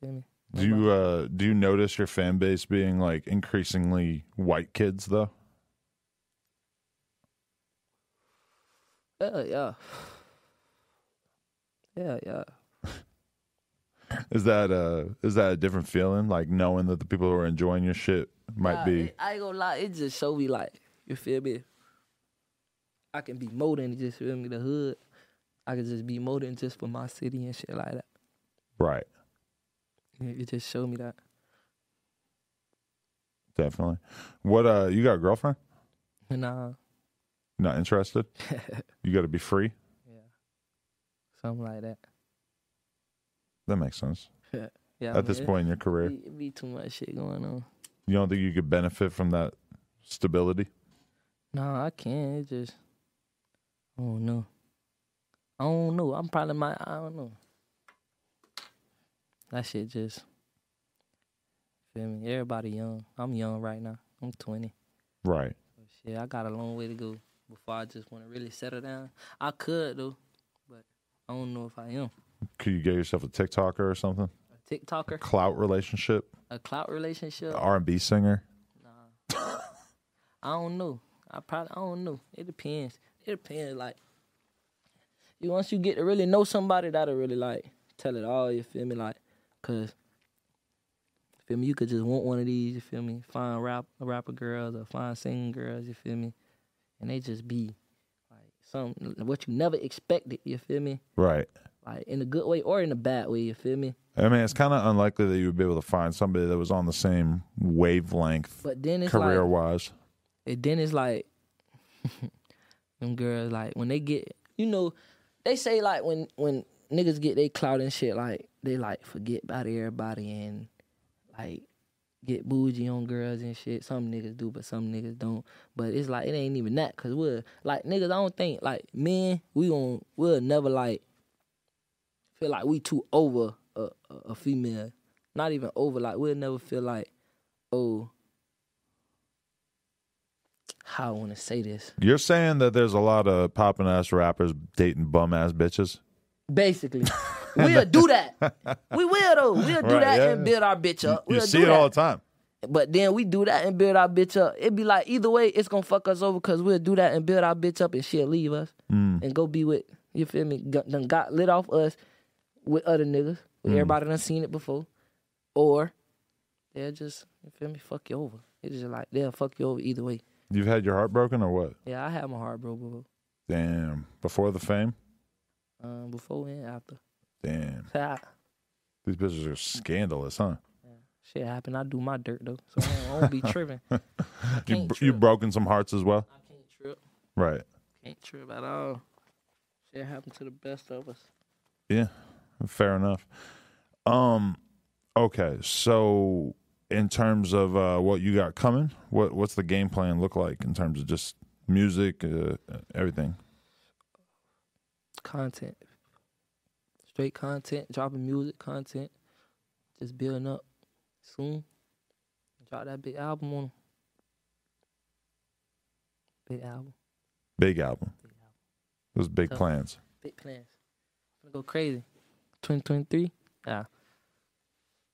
Speaker 2: Feel me?
Speaker 1: Do you uh do you notice your fan base being like increasingly white kids though?
Speaker 2: Yeah, yeah. Yeah, yeah.
Speaker 1: Is that uh is that a different feeling like knowing that the people who are enjoying your shit might
Speaker 2: Nah,
Speaker 1: be
Speaker 2: Uh, it- I ain't gonna lie, it just show me like, you feel me? I can be more than just feel me the hood. I can just be more than just for my city and shit like that.
Speaker 1: right?
Speaker 2: It it just showed me that.
Speaker 1: Definitely. What uh you got a girlfriend?
Speaker 2: And uh
Speaker 1: Not interested? you gotta be free?
Speaker 2: something like that.
Speaker 1: That makes sense.
Speaker 2: Yeah. I
Speaker 1: At this
Speaker 2: mean, it-
Speaker 1: point in your career.
Speaker 2: Be, it be too much shit going on.
Speaker 1: You don't think you could benefit from that stability?
Speaker 2: No, I can't. It just, I don't know. I don't know. I'm probably my, I don't know. That shit just, feel me? Everybody young. I'm young right now. I'm 20.
Speaker 1: Right.
Speaker 2: Shit, I got a long way to go before I just want to really settle down. I could though, but I don't know if I am.
Speaker 1: Could you get yourself a TikToker or something?
Speaker 2: A TikToker,
Speaker 1: Clout relationship?
Speaker 2: a clout relationship.
Speaker 1: R and B singer?
Speaker 2: I don't know. I probably I don't know. It depends. It depends. Like you once you get to really know somebody, that'll really like tell it all. You feel me? Like, cause you feel me. You could just want one of these. You feel me? Find rap rapper girls or find singing girls. You feel me? And they just be like some what you never expected. You feel me?
Speaker 1: Right.
Speaker 2: Like in a good way or in a bad way. You feel me?
Speaker 1: I mean, it's kind of unlikely that you would be able to find somebody that was on the same wavelength
Speaker 2: But then it's like
Speaker 1: career wise.
Speaker 2: And then it's like them girls like when they get you know, they say like when when niggas get they clout and shit, like they like forget about everybody and like get bougie on girls and shit. Some niggas do, but some niggas don't. But it's like it ain't even that, cause we're like niggas. I don't think like men. We gon' we'll never like feel like we too over a, a, a female. Not even over. Like we'll never feel like oh. How I want to say this.
Speaker 1: You're saying that there's a lot of poppin' ass rappers dating bum ass bitches?
Speaker 2: Basically, we'll do that. We will though. We'll do
Speaker 1: Right,
Speaker 2: that
Speaker 1: yeah.
Speaker 2: and build our bitch up.
Speaker 1: You
Speaker 2: we'll
Speaker 1: see
Speaker 2: do
Speaker 1: it
Speaker 2: that.
Speaker 1: all the time.
Speaker 2: But then we do that and build our bitch up. It'd be like either way, it's gonna fuck us over because we'll do that and build our bitch up and she'll leave us
Speaker 1: Mm.
Speaker 2: and go be with you feel me? Got, done got lit off us with other niggas.
Speaker 1: Mm.
Speaker 2: Everybody done seen it before, or they'll just you feel me? Fuck you over. It's just like they'll fuck you over either way.
Speaker 1: You've had your heart broken or what?
Speaker 2: Yeah, I had my heart broke before,
Speaker 1: Damn. Before the fame?
Speaker 2: um, before and after.
Speaker 1: Damn.
Speaker 2: I,
Speaker 1: These bitches are scandalous, huh?
Speaker 2: shit happened. I do my dirt though, so I don't, I don't be tripping. I
Speaker 1: You,
Speaker 2: can't
Speaker 1: br- you
Speaker 2: trip.
Speaker 1: broken some hearts as well?
Speaker 2: I can't trip.
Speaker 1: Right.
Speaker 2: Can't trip at all. Shit happened to the best of us.
Speaker 1: Yeah. Fair enough. Um okay, so in terms of uh, what you got coming, what what's the game plan look like in terms of just music, uh, everything?
Speaker 2: content, straight content, dropping music content, just building up. Soon, drop that big album on 'em. Big album,
Speaker 1: Big album.
Speaker 2: big album,
Speaker 1: Those big
Speaker 2: Tough.
Speaker 1: plans.
Speaker 2: big plans. I'm gonna go crazy. 2023. Yeah.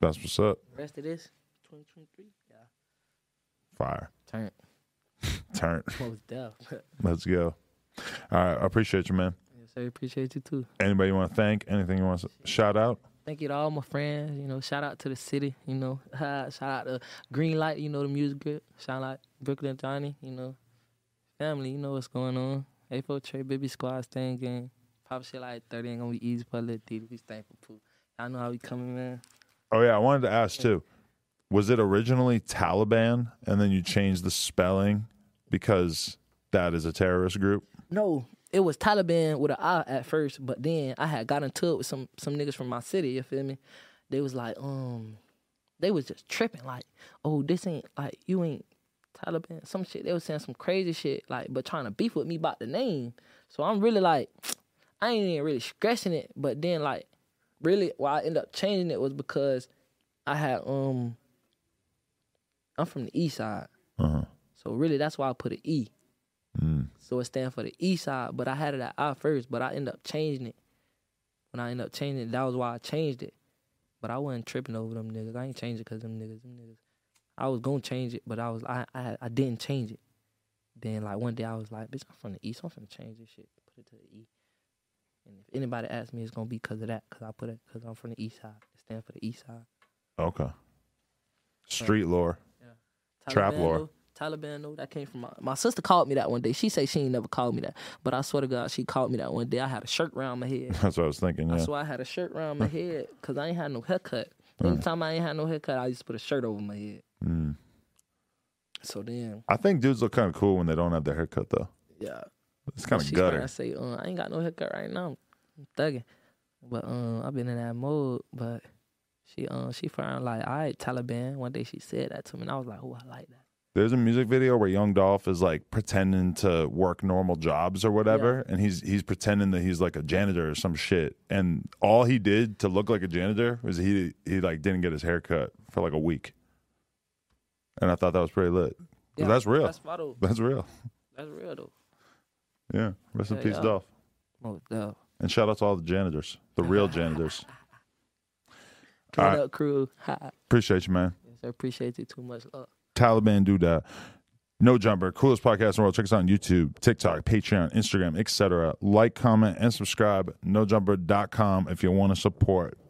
Speaker 1: That's what's up.
Speaker 2: Rest of this. 2023. Yeah.
Speaker 1: Fire.
Speaker 2: Turn.
Speaker 1: Turn.
Speaker 2: Most deaf.
Speaker 1: Let's go. All right. I appreciate you, man.
Speaker 2: yes, sir. Appreciate you too.
Speaker 1: Anybody you want to thank? Anything you want to shout out?
Speaker 2: Thank you to all my friends. You know, shout out to the city. You know, shout out to Green Light. You know, the music group. Shout out Brooklyn Johnny. You know, family. You know what's going on. Afro Trey, Baby Squad, Stain Gang. Pop shit like thirty ain't gonna be easy for a little dude. We thankful too. I know how we coming, man.
Speaker 1: Oh, yeah. I wanted to ask too. Was it originally Taliban and then you changed the spelling because that is a terrorist group?
Speaker 2: No, it was Taliban with an I at first, but then I had got into it with some some niggas from my city. You feel me? They was like, um, they was just tripping like, oh, this ain't like you ain't Taliban. Some shit. They was saying some crazy shit like, but trying to beef with me about the name. So I'm really like, I ain't even really stressing it. But then like, really, why I ended up changing it was because I had um, I'm from the east side,
Speaker 1: Uh-huh.
Speaker 2: so really that's why I put an E.
Speaker 1: Mm.
Speaker 2: So it stands for the east side, but I had it at I first, but I end up changing it. When I end up changing it, that was why I changed it. But I wasn't tripping over them niggas. I ain't changed it because them niggas, them niggas. I was gonna change it, but I was I, I I didn't change it. Then like one day I was like, bitch, I'm from the east, I'm finna change this shit, put it to the E. And if anybody asks me, it's gonna be because of that, because I put it because I'm from the east side. It stands for the east side.
Speaker 1: Okay. Street lore. Trap
Speaker 2: Taliban,
Speaker 1: lore.
Speaker 2: though. Taliban, no, that came from my, my sister called me that one day. She said she ain't never called me that, but I swear to God, she called me that one day. I had a shirt round my head.
Speaker 1: That's what I was thinking. Yeah.
Speaker 2: That's why I had a shirt round my head because I ain't had no haircut. Anytime I ain't had no haircut, I used to put a shirt over my head.
Speaker 1: Mm.
Speaker 2: So then,
Speaker 1: I think dudes look kind of cool when they don't have their haircut, though.
Speaker 2: yeah,
Speaker 1: It's kind of
Speaker 2: she
Speaker 1: gutter.
Speaker 2: I say, uh, I ain't got no haircut right now. I'm thugging, but um, I've been in that mode. But she um, she found like, all right, Taliban. One day she said that to me, and I was like, oh, I like that.
Speaker 1: There's a music video where Young Dolph is like pretending to work normal jobs or whatever, and he's he's pretending that he's like a janitor or some shit. And all he did to look like a janitor was he he like didn't get his hair cut for like a week. And I thought that was pretty lit. 'Cause
Speaker 2: Yeah,
Speaker 1: that's real.
Speaker 2: That's
Speaker 1: That's,
Speaker 2: vital.
Speaker 1: real.
Speaker 2: That's real though.
Speaker 1: Yeah. Rest in
Speaker 2: Yeah,
Speaker 1: peace,
Speaker 2: yeah.
Speaker 1: Dolph.
Speaker 2: Most dope.
Speaker 1: And shout out to all the janitors, the real janitors.
Speaker 2: Clean
Speaker 1: Alright.
Speaker 2: up crew. Ha.
Speaker 1: Appreciate you, man.
Speaker 2: yes, I appreciate you too much. Uh, Love.
Speaker 1: Taliban do that. No jumper, coolest podcast in the world. Check us out on YouTube, TikTok, Patreon, Instagram, etc. Like, comment, and subscribe. NoJumper.com if you want to support.